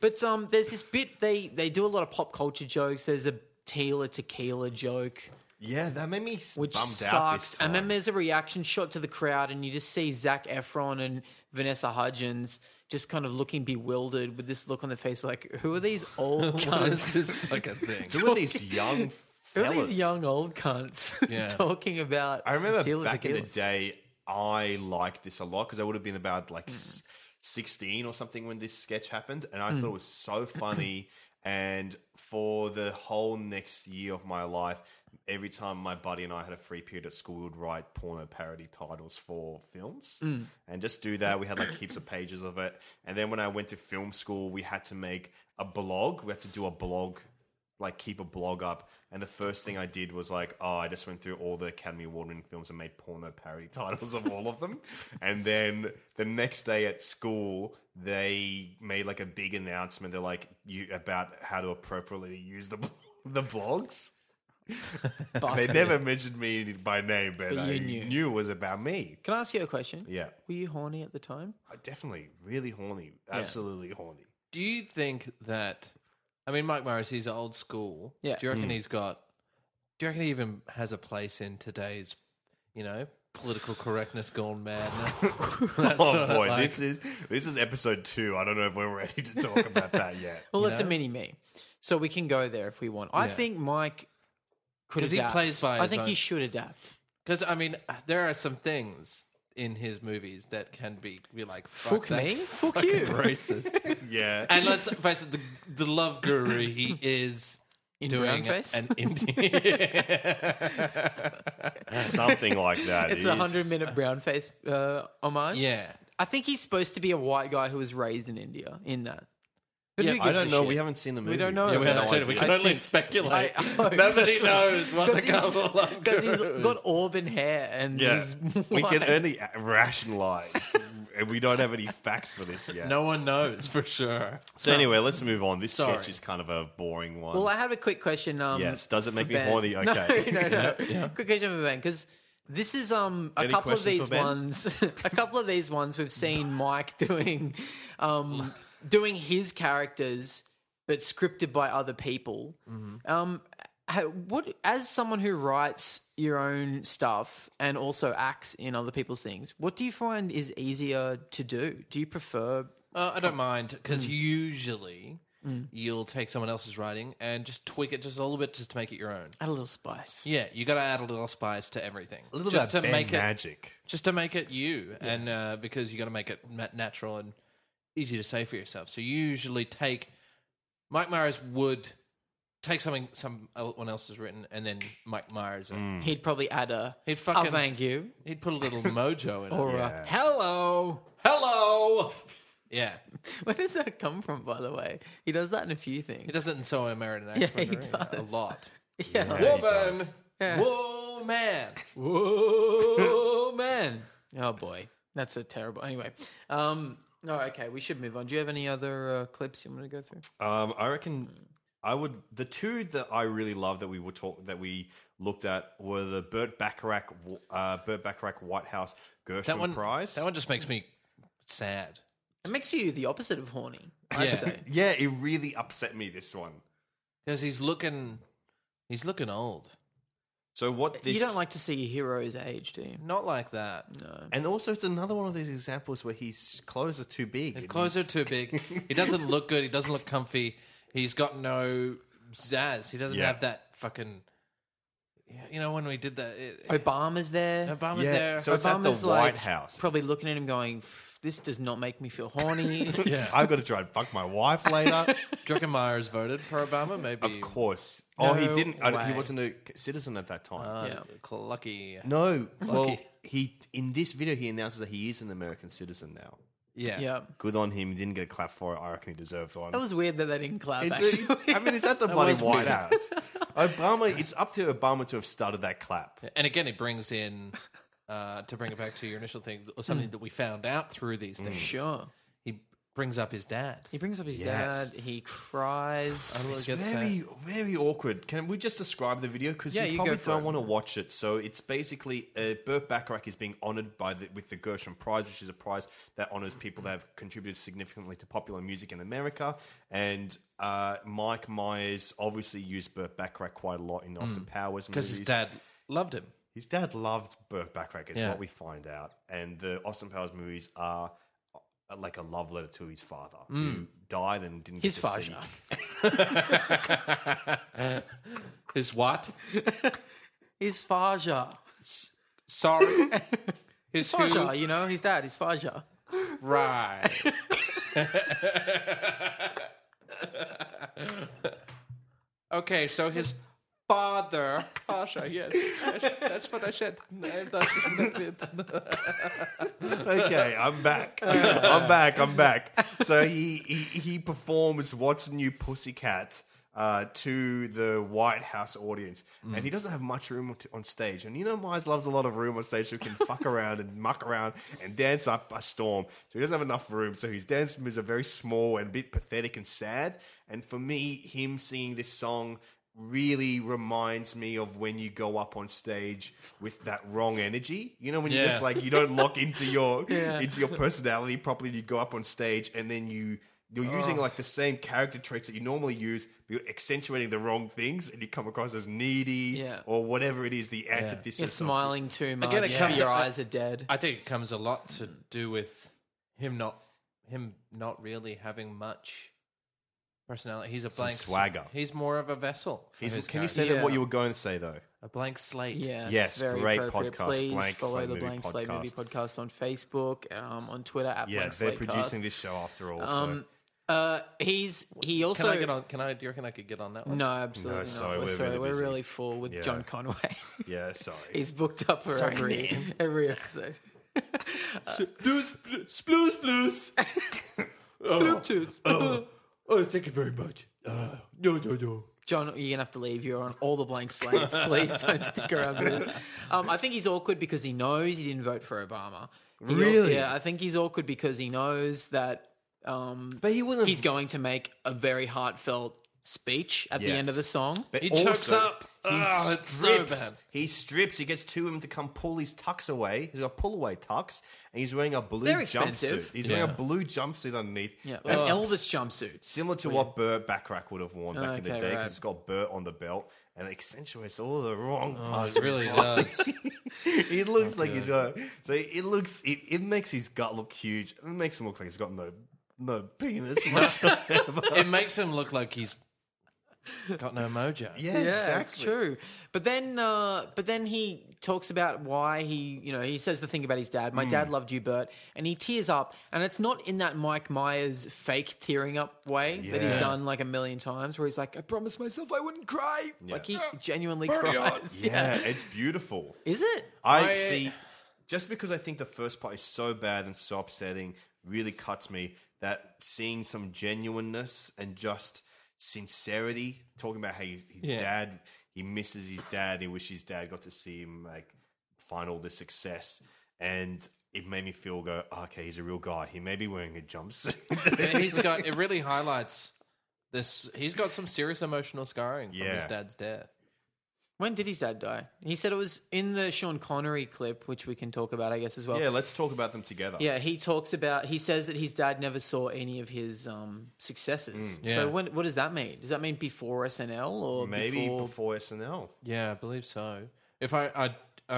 But um, there's this bit they they do a lot of pop culture jokes. There's a Tequila tequila joke. Yeah, that made me s- which bummed sucks. out this time. And then there's a reaction shot to the crowd, and you just see Zach Efron and Vanessa Hudgens just kind of looking bewildered with this look on their face, like, "Who are these old cunts? this fucking thing. Who (laughs) are these young Who are fellas? these young old cunts (laughs) talking about?" I remember Tequila back in the Tequila? (laughs) day, I liked this a lot because I would have been about like s 16 or something when this sketch happened. And I thought it was so funny. and for the whole next year of my life, every time my buddy and I had a free period at school, we would write porno parody titles for films and just do that. We had like heaps of pages of it. And then when I went to film school, we had to make a blog. We had to do a blog, like keep a blog up. And the first thing I did was like, oh, I just went through all the Academy Award winning films and made porno parody (laughs) titles of all of them. And then the next day at school, they made like a big announcement. They're like, you about how to appropriately use the (laughs) the blogs. They Bastard. never mentioned me by name, but, But I you knew. it was about me. Can I ask you a question? Yeah, Were you horny at the time? I definitely really horny, absolutely (laughs) horny. Do you think that? I mean, Mike Morris, he's old school. Yeah. Do you Hmm. reckon he's got? Do you reckon he even has a place in today's, you know, political correctness gone mad? (laughs) now? oh boy, this is this is episode two. I don't know if we're ready to talk about that (laughs) yet. Well, it's a mini me, so we can go there if we want. I Yeah. think Mike could 'Cause he adapt. plays by I his think he own- should adapt. Because I mean, there are some things in his movies that can be be like Fuck fuck, that's me? Fuck fucking you. (laughs) racist. Yeah, and let's face it, the, the love guru he is In doing brownface? an Indian. (laughs) (laughs) something like that. It's a hundred minute brown face uh, homage. yeah. I think he's supposed to be a white guy who was raised in India. In that, But Yeah, who I gives don't a know. shit? We haven't seen the movie. We don't know. Yeah, we haven't No seen it. We idea. can I only think- speculate. (laughs) I hope Nobody that's right. knows what the (laughs) 'Cause he's- castle love because he's guru got is. auburn hair and Yeah, he's (laughs) we can white. only rationalize, (laughs) and we don't have any facts for this yet. No one knows for sure. So anyway, let's move on. This sketch Sorry. is kind of a boring one. Well, I have a quick question. Um, yes, does it make for me Ben. horny? (laughs) Okay. No, no, no. Quick question for Ben because this is um a Any couple of questions these for Ben? ones. (laughs) a couple of these ones we've seen Mike (laughs) doing, um, doing his characters, but scripted by other people. Mm-hmm. Um, ha- what as someone who writes your own stuff and also acts in other people's things, what do you find is easier to do? Do you prefer? Uh, I don't mind Mm. because usually you'll take someone else's writing and just tweak it just a little bit just to make it your own. Add a little spice. Yeah, you got to add a little spice to everything, a little just bit of to Ben make it magic. just to make it you, and uh, because you got to make it ma- natural and easy to say for yourself. So you usually take Mike Myers would take something someone else has written, and then Mike Myers would- Mm. Hmm. He'd probably add a. he'd Oh, fucking thank you. he'd put a little mojo in it. (laughs) Or a hello. Hello, yeah, Where does that come from, by the way? He does that in a few he things. doesn't so American (laughs) Yeah, accent he or anything, does. uh, a lot. Yeah. Yeah, he does. whoa (laughs) man, Whoa, man. Oh, boy. That's a terrible. Anyway. Um, no, okay. We should move on. Do you have any other uh, clips you want to go through? Um, I reckon I would. The two that I really love that we were talk that we looked at were the Burt Bacharach, uh, Burt Bacharach White House Gershwin that one Prize. that one just makes me sad. It makes you the opposite of horny, I'd Yeah. (laughs) say. yeah, it really upset me. This one. Because he's looking, he's looking old. So what this You don't like to see your heroes age, do you? Not like that. and also it's another one of these examples where his clothes are too big. His It clothes are needs- too big. He doesn't look good. He doesn't look comfy. He's got no zazz. He doesn't Yeah. have that fucking. You know when we did that, it, Obama's there. Obama's Yeah, there. so it's at the Obama's White House. Probably looking at him going, this does not make me feel horny. (laughs) (laughs) Yeah, I've got to try and fuck my (laughs) wife later. Druckenmeyer's voted for Obama. Maybe of course. Oh, he No didn't. I, he way. wasn't a citizen at that time. Uh, Yeah. Clucky. no. Well, Lucky. he in this video he announces that he is an American citizen now. Yeah. yeah. Good on him. He didn't get a clap for it. I reckon he deserved one. That was weird that they didn't clap, It's actually. (laughs) I mean, it's at the bloody was White weird. House. Obama. It's up to Obama to have started that clap. And again, it brings in. Uh, to bring it back to your initial thing, or something that we found out through these things. Sure. He brings up his dad. He brings up his Yes. dad. He cries. I don't It's really get very, that. very awkward. Can we just describe the video? Because Yeah, you, you probably go for don't it. want to watch it. So it's basically uh, Burt Bacharach is being honoured by the, with the Gershwin Prize, which is a prize that honours people that have contributed significantly to popular music in America. And uh, Mike Myers obviously used Burt Bacharach quite a lot in Austin Powers because movies. his dad loved him. His dad loved Burt Bacharach, is Yeah. what we find out. And the Austin Powers movies are uh, like a love letter to his father, who died and didn't His get to see. father. His what? His Faja. Sorry. (laughs) His who? Faja, you know, his dad, his Faja. (laughs) Right. okay, so his father, Pasha, yes, yes, that's what I said. (laughs) No, that's- that's (laughs) it. Okay, I'm back. I'm back. I'm back. So he he, he performs "What's New Pussycat" uh, to the White House audience, and he doesn't have much room to- on stage. And you know, Myers loves a lot of room on stage, so he can fuck around and muck around and dance up a storm. So he doesn't have enough room. So his dance moves are very small and a bit pathetic and sad. And for me, him singing this song really reminds me of when you go up on stage with that wrong energy. You know, when you Yeah. just like you don't lock (laughs) into your into your personality properly. You go up on stage and then you you're Oh. using like the same character traits that you normally use, but you're accentuating the wrong things, and you come across as needy Yeah. or whatever it is. The antithesis. You're of- smiling too much. Again, it comes- your I- eyes are dead. I think it comes a lot to do with him not him not really having much personality. He's a blank s- swagger. He's more of a vessel. for He's- his can you character. say that what Yeah. you were going to say though? a blank slate? Yeah, Yes, it's very great appropriate. podcast, Please Blank follow Slate the Movie Blank Slate Movie Podcast. Podcast on Facebook, um, on Twitter at Yeah, Blank they're Slate producing Cast. this show after all. Um, uh, he's he also Can I get on? Can I? Do you reckon I could get on that one? No, absolutely No, not. sorry, we're, we're sorry, really we're busy. really full with Yeah. John Conway. so. yeah, sorry. (laughs) He's booked up for every every (laughs) episode. blues, (laughs) blues, blues. Uh, (laughs) Bluetooth. Oh, thank you very much. Uh, no, no, no. John, you're gonna have to leave. You're on all the blank slates. Please (laughs) don't stick around. With it. Um, I think he's awkward because he knows he didn't vote for Obama. He- Really? Yeah, I think he's awkward because he knows that um, But he wouldn't. he's going to make a very heartfelt speech at the end of the Yes. song. But He chokes also, up. He Oh, it's so strips. bad. He strips. He gets two of them to come pull his tux away. He's got a pull away tux, and he's wearing a blue They're jumpsuit. expensive. He's wearing a Yeah. blue jumpsuit underneath. Yeah, And an Elvis jumpsuit. similar to what Burt Bacharach would have worn back in the day Okay, because right. it's got Burt on the belt and it accentuates all the wrong parts. It Oh, (laughs) really does. it looks like he's got so it looks it, it makes his gut look huge. It makes him look like he's got no no penis (laughs) whatsoever. it makes him look like he's got no mojo. yeah, Yeah, exactly. that's true. But then, uh, but then he talks about why he, you know, he says the thing about his dad. My Hmm. dad loved you, Bert, and he tears up, and it's not in that Mike Myers fake tearing up way that he's Yeah. done like a million times, where he's like, "I promised myself I wouldn't cry." Like he genuinely cries. Yeah, it's beautiful. Is it? I, I- see. Just because I think the first part is so bad and so upsetting, really cuts me. That seeing some genuineness and just sincerity, talking about how he, his Yeah. dad, he misses his dad, he wishes his dad got to see him like find all the success, and it made me feel go, "Oh, okay, he's a real guy. He may be wearing a jumpsuit. (laughs) But he's got. It really highlights this. He's got some serious emotional scarring from his Yeah. dad's death. When did his dad die? He said it was in the Sean Connery clip, which we can talk about, I guess, as well. yeah, let's talk about them together. Yeah, he talks about. He says that his dad never saw any of his um, successes. Mm, Yeah. So when, what does that mean? Does that mean before SNL or maybe before? before SNL. Yeah, I believe so. If I, I,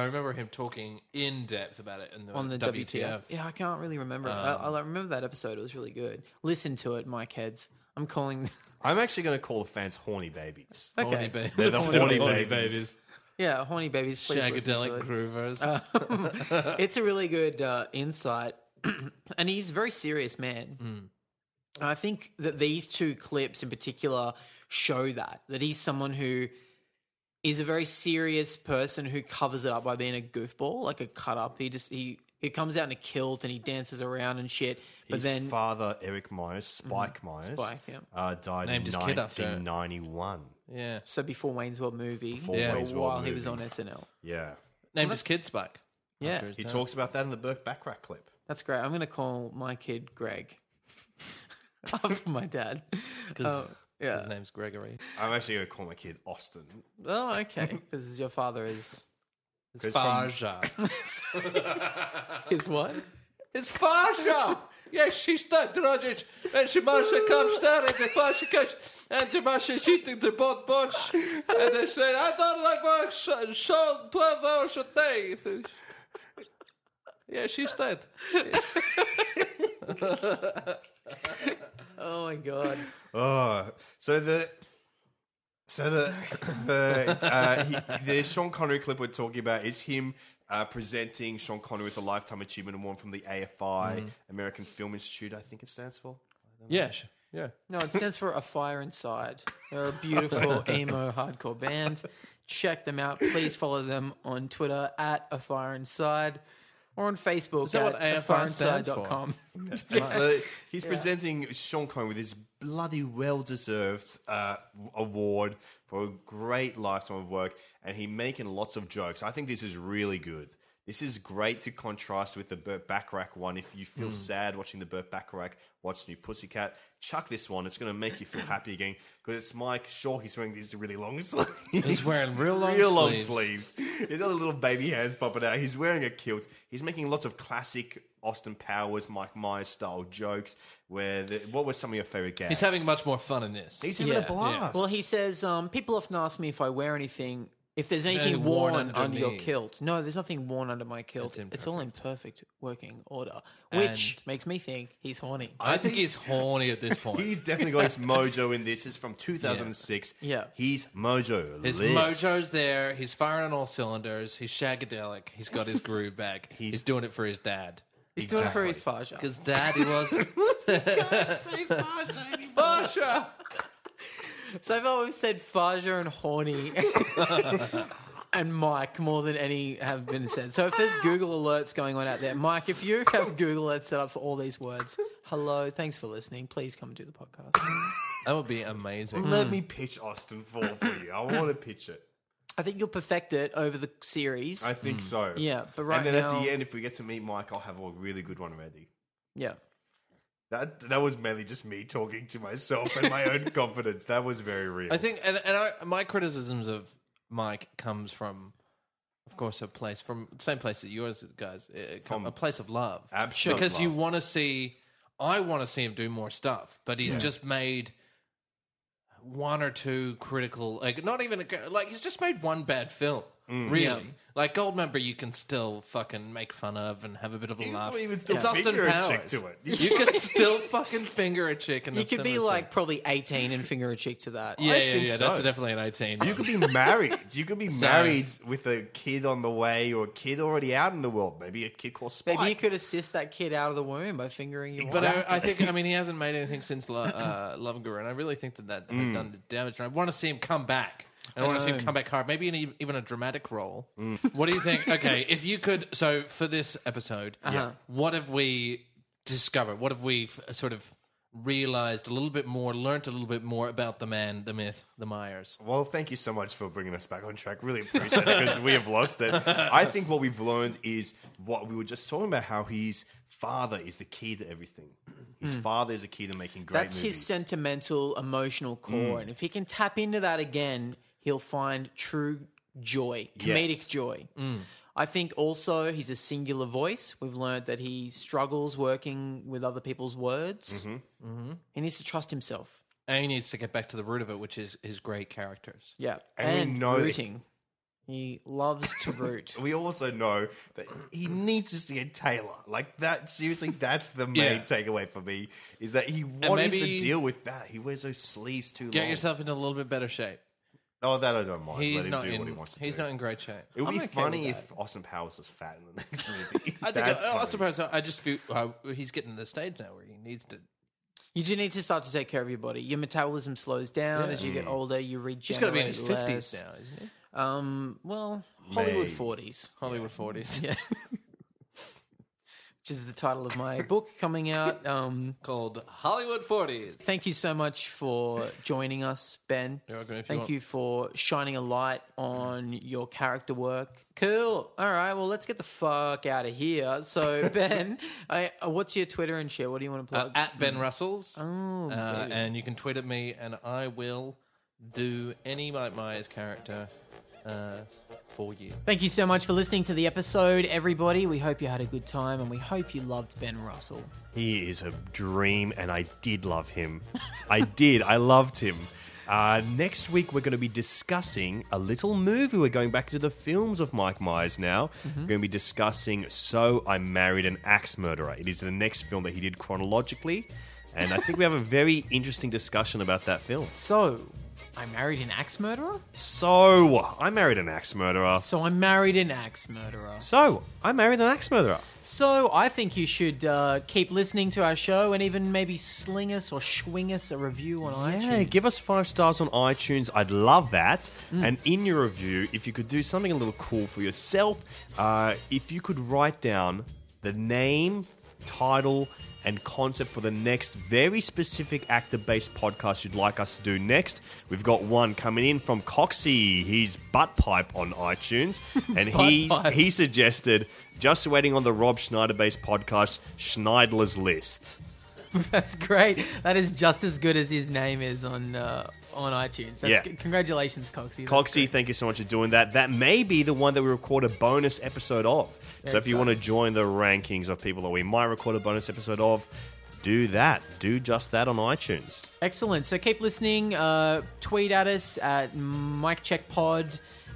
I remember him talking in depth about it in the, on the WTF. WTF. Yeah, I can't really remember. Um, I, I remember that episode. It was really good. Listen to it, Mike Heads. I'm calling. (laughs) I'm actually going to call the fans horny babies. okay. Horny babies. They're the horny, babies. Yeah, horny babies. Please Shagadelic group. groovers. (laughs) It's a really good uh, insight, (clears throat) and he's a very serious man. Mm. And I think that these two clips in particular show that that he's someone who is a very serious person who covers it up by being a goofball, like a cut up. He just he he comes out in a kilt and he dances around and shit. But His then Mhm. father, Eric Myers, Spike Myers, Spike, yeah. uh, died Named in his kid after- 1991. yeah. so before Wayne's World movie, Yeah. or Wayne's World while he was on movie. SNL. Yeah. Named his kid Spike. Yeah, He talks about that in the Burke Backrack clip. that's great. I'm gonna call my kid Greg (laughs) after my (laughs) dad. Oh, because yeah. his name's Gregory. I'm actually going to call my kid Austin. Oh, okay, (laughs) because your father is It's from- Farja. is what? (laughs) it's Farja. Yes, she's that Dragic. And she Masha comes down and the Fasha comes and the Masha eating the bot bush. And they say, I don't like work so, so 12 hours a day. (laughs) Yeah, she's dead. (laughs) Oh my god. Oh, so the. So the the uh, he, the Sean Connery clip we're talking about is him uh, presenting Sean Connery with a Lifetime Achievement Award from the AFI American Film Institute. I think it stands for. Yeah, she- yeah. No, it stands for A Fire Inside. They're a (laughs) beautiful emo hardcore band. Check them out. Please follow them on Twitter at A Fire Inside. or on Facebook Is that what at AFR stands for? theforeignside.com. So Uh, he's presenting Sean Cohen with his bloody well deserved uh, award for a great lifetime of work, and he making lots of jokes. I think this is really good. This is great to contrast with the Burt Bacharach one. If you feel Mm. sad watching the Burt Bacharach, watch New Pussycat. Chuck this one; it's going to make you feel happy again because it's Mike. Sure, he's wearing these really long (laughs) sleeves. He's wearing real long real long sleeves. sleeves sleeves. His other little baby hands popping out. He's wearing a kilt. He's making lots of classic Austin Powers, Mike Myers style jokes. Where the, what were some of your favorite gags? He's having much more fun in this. He's having Yeah. a blast. Well, he says um, people often ask me if I wear anything, if there's anything worn worn, under, under your me. kilt. No, there's nothing worn under my kilt. It's, all in perfect working order, which And- makes me think he's horny. I think he's horny at this (laughs) point. He's definitely (laughs) got his mojo in this. It's from 2006. Yeah. He's mojo. his lives. mojo's there. He's firing on all cylinders. He's shagadelic. He's got (laughs) his groove back. he's, doing it for his dad. he's doing it for his fascia. Because daddy (laughs) was Fascia! so far, we've said fascia and horny. (laughs) And Mike, more than any have been said. So, if there's Google alerts going on out there, Mike, if you have Google alerts set up for all these words, hello, thanks for listening. Please come and do the podcast. that would be amazing. Let me pitch Austin 4 for you. I want to pitch it. I think you'll perfect it over the series. I Mm. think so. Yeah, but right And then at now- the end, if we get to meet Mike, I'll have a really good one ready. yeah. That, that was mainly just me talking to myself and my (laughs) own confidence. That was very real. I think, and, and I, my criticisms of Mike comes from, of course, a place from same place that yours, guys, uh, come- a place of love. Absolute because you love. want to see. I want to see him do more stuff, but he's just made one or two critical, like not even a, like he's just made one bad film. Mm. Really, like Goldmember, you can still fucking make fun of and have a bit of a You laugh. can even still it's Austin finger a Powers. chick to it. You can (laughs) still fucking finger a chick, and You could be like probably 18 and finger a chick to that. yeah, I yeah, think yeah. That's so. definitely an eighteen. You could be married. You could (laughs) be So- married with a kid on the way or a kid already out in the world. Maybe a kid called Spike. Maybe you could assist that kid out of the womb by fingering your (laughs) But wife. I, I think, I mean, he hasn't made anything since Lo- uh, Love and Guru, and I really think that that Mm. has done damage. And I want to see him come back. And I want to see him come back hard, maybe in e- even a dramatic role. Mm. What do you think? Okay, if you could, so for this episode, Uh-huh. what have we discovered? What have we f- sort of realized a little bit more, learnt a little bit more about the man, the myth, the Myers? Well, thank you so much for bringing us back on track. Really appreciate it because we have (laughs) lost it. I think what we've learned is what we were just talking about how his father is the key to everything. His father is the key to making great Hmm. That's movies. his sentimental, emotional core. And if he can tap into that again, he'll find true joy, comedic Yes. joy. I think also he's a singular voice. We've learned that he struggles working with other people's words. Mm-hmm. He needs to trust himself. And he needs to get back to the root of it, which is his great characters. Yeah. And we know that- rooting. He loves to root. we also know that he needs to see a tailor. Like that, seriously, that's the main Yeah. takeaway for me is that he what is maybe- the deal with that? He wears those sleeves too Get long. yourself into a little bit better shape. oh, that I don't mind. Let He's him not do what he in. wants to He's do. not in great shape. It would I'm be okay with funny that. if Austin Powers was fat in the (laughs) next movie. I think That's uh, Austin funny. Powers. I just feel uh, he's getting to the stage now where he needs to. You do need to start to take care of your body. Your metabolism slows down Yeah. as you get older. You regenerate. He's got to be in his less. fifties now, isn't he? Um, well, Hollywood May. forties, Hollywood forties. (laughs) yeah. which is the title of my book coming (laughs) out. Um, Called Hollywood forties. uh, thank you so much for joining us, Ben. You're welcome if you thank want. you for shining a light on your character work. Cool. All right. Well, let's get the fuck out of here. (laughs) So, Ben, I, uh, what's your Twitter and share? What do you want to Uh, plug? at hmm. Ben Russells. Oh, uh, and you can tweet at me, and I will do any Mike Myers character uh, for you. Thank you so much for listening to the episode, everybody. We hope you had a good time and we hope you loved Ben Russell. He is a dream, and I did love him. I did. I loved him. Uh, next week, we're going to be discussing a little movie. We're going back to the films of Mike Myers now. Mm-hmm. We're going to be discussing So I Married an Axe Murderer. It is the next film that he did chronologically. And I think we have a very interesting discussion about that film. So, I married an axe murderer? So, I married an axe murderer. So I married an axe murderer. So, I married an axe murderer. So I think you should uh, keep listening to our show and even maybe sling us or swing us a review on Yeah, iTunes. (laughs) give us five stars on iTunes. I'd love that. And in your review, if you could do something a little cool for yourself, uh, if you could write down the name, title, and concept for the next very specific actor based podcast you'd like us to do next. We've got one coming in from Coxie. He's Butt Pipe on (laughs) iTunes. And he, Butt Pipe. he suggested just waiting on the Rob Schneider based podcast, Schneidler's List. That's great. That is just as good as his name is on uh, on iTunes. That's Yeah. good. Congratulations, Coxie. That's Coxie, great. thank you so much for doing that. That may be the one that we record a bonus episode of. so if you want to join the rankings of people that we might record a bonus episode of, do that. Do just that on iTunes. Excellent. So keep listening. Uh, tweet at us at Mike Check Pod.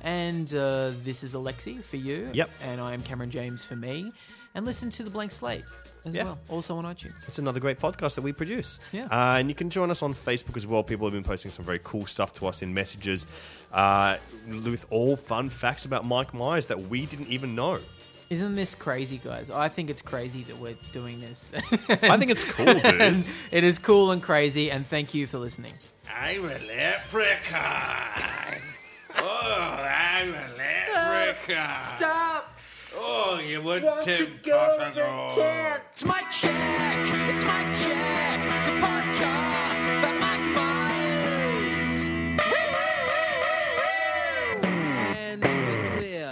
And uh, this is Alexi for you. Yep. And I am Cameron James for me. And listen to The Blank Slate as Yeah. well. Also on iTunes. It's another great podcast that we produce. Yeah. Uh, and you can join us on Facebook as well. People have been posting some very cool stuff to us in messages uh, with all fun facts about Mike Myers that we didn't even know. Isn't this crazy, guys? I think it's crazy that we're doing this. I (laughs) think it's cool, dude. it is cool and crazy. And thank you for listening. I'm a leprechaun. (laughs) Oh, I'm a leprechaun. Stop! Oh, you would It's my check. It's my check. The podcast about Mike Myers. And we're clear.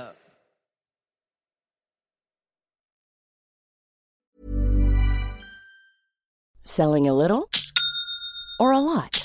Selling a little or a lot?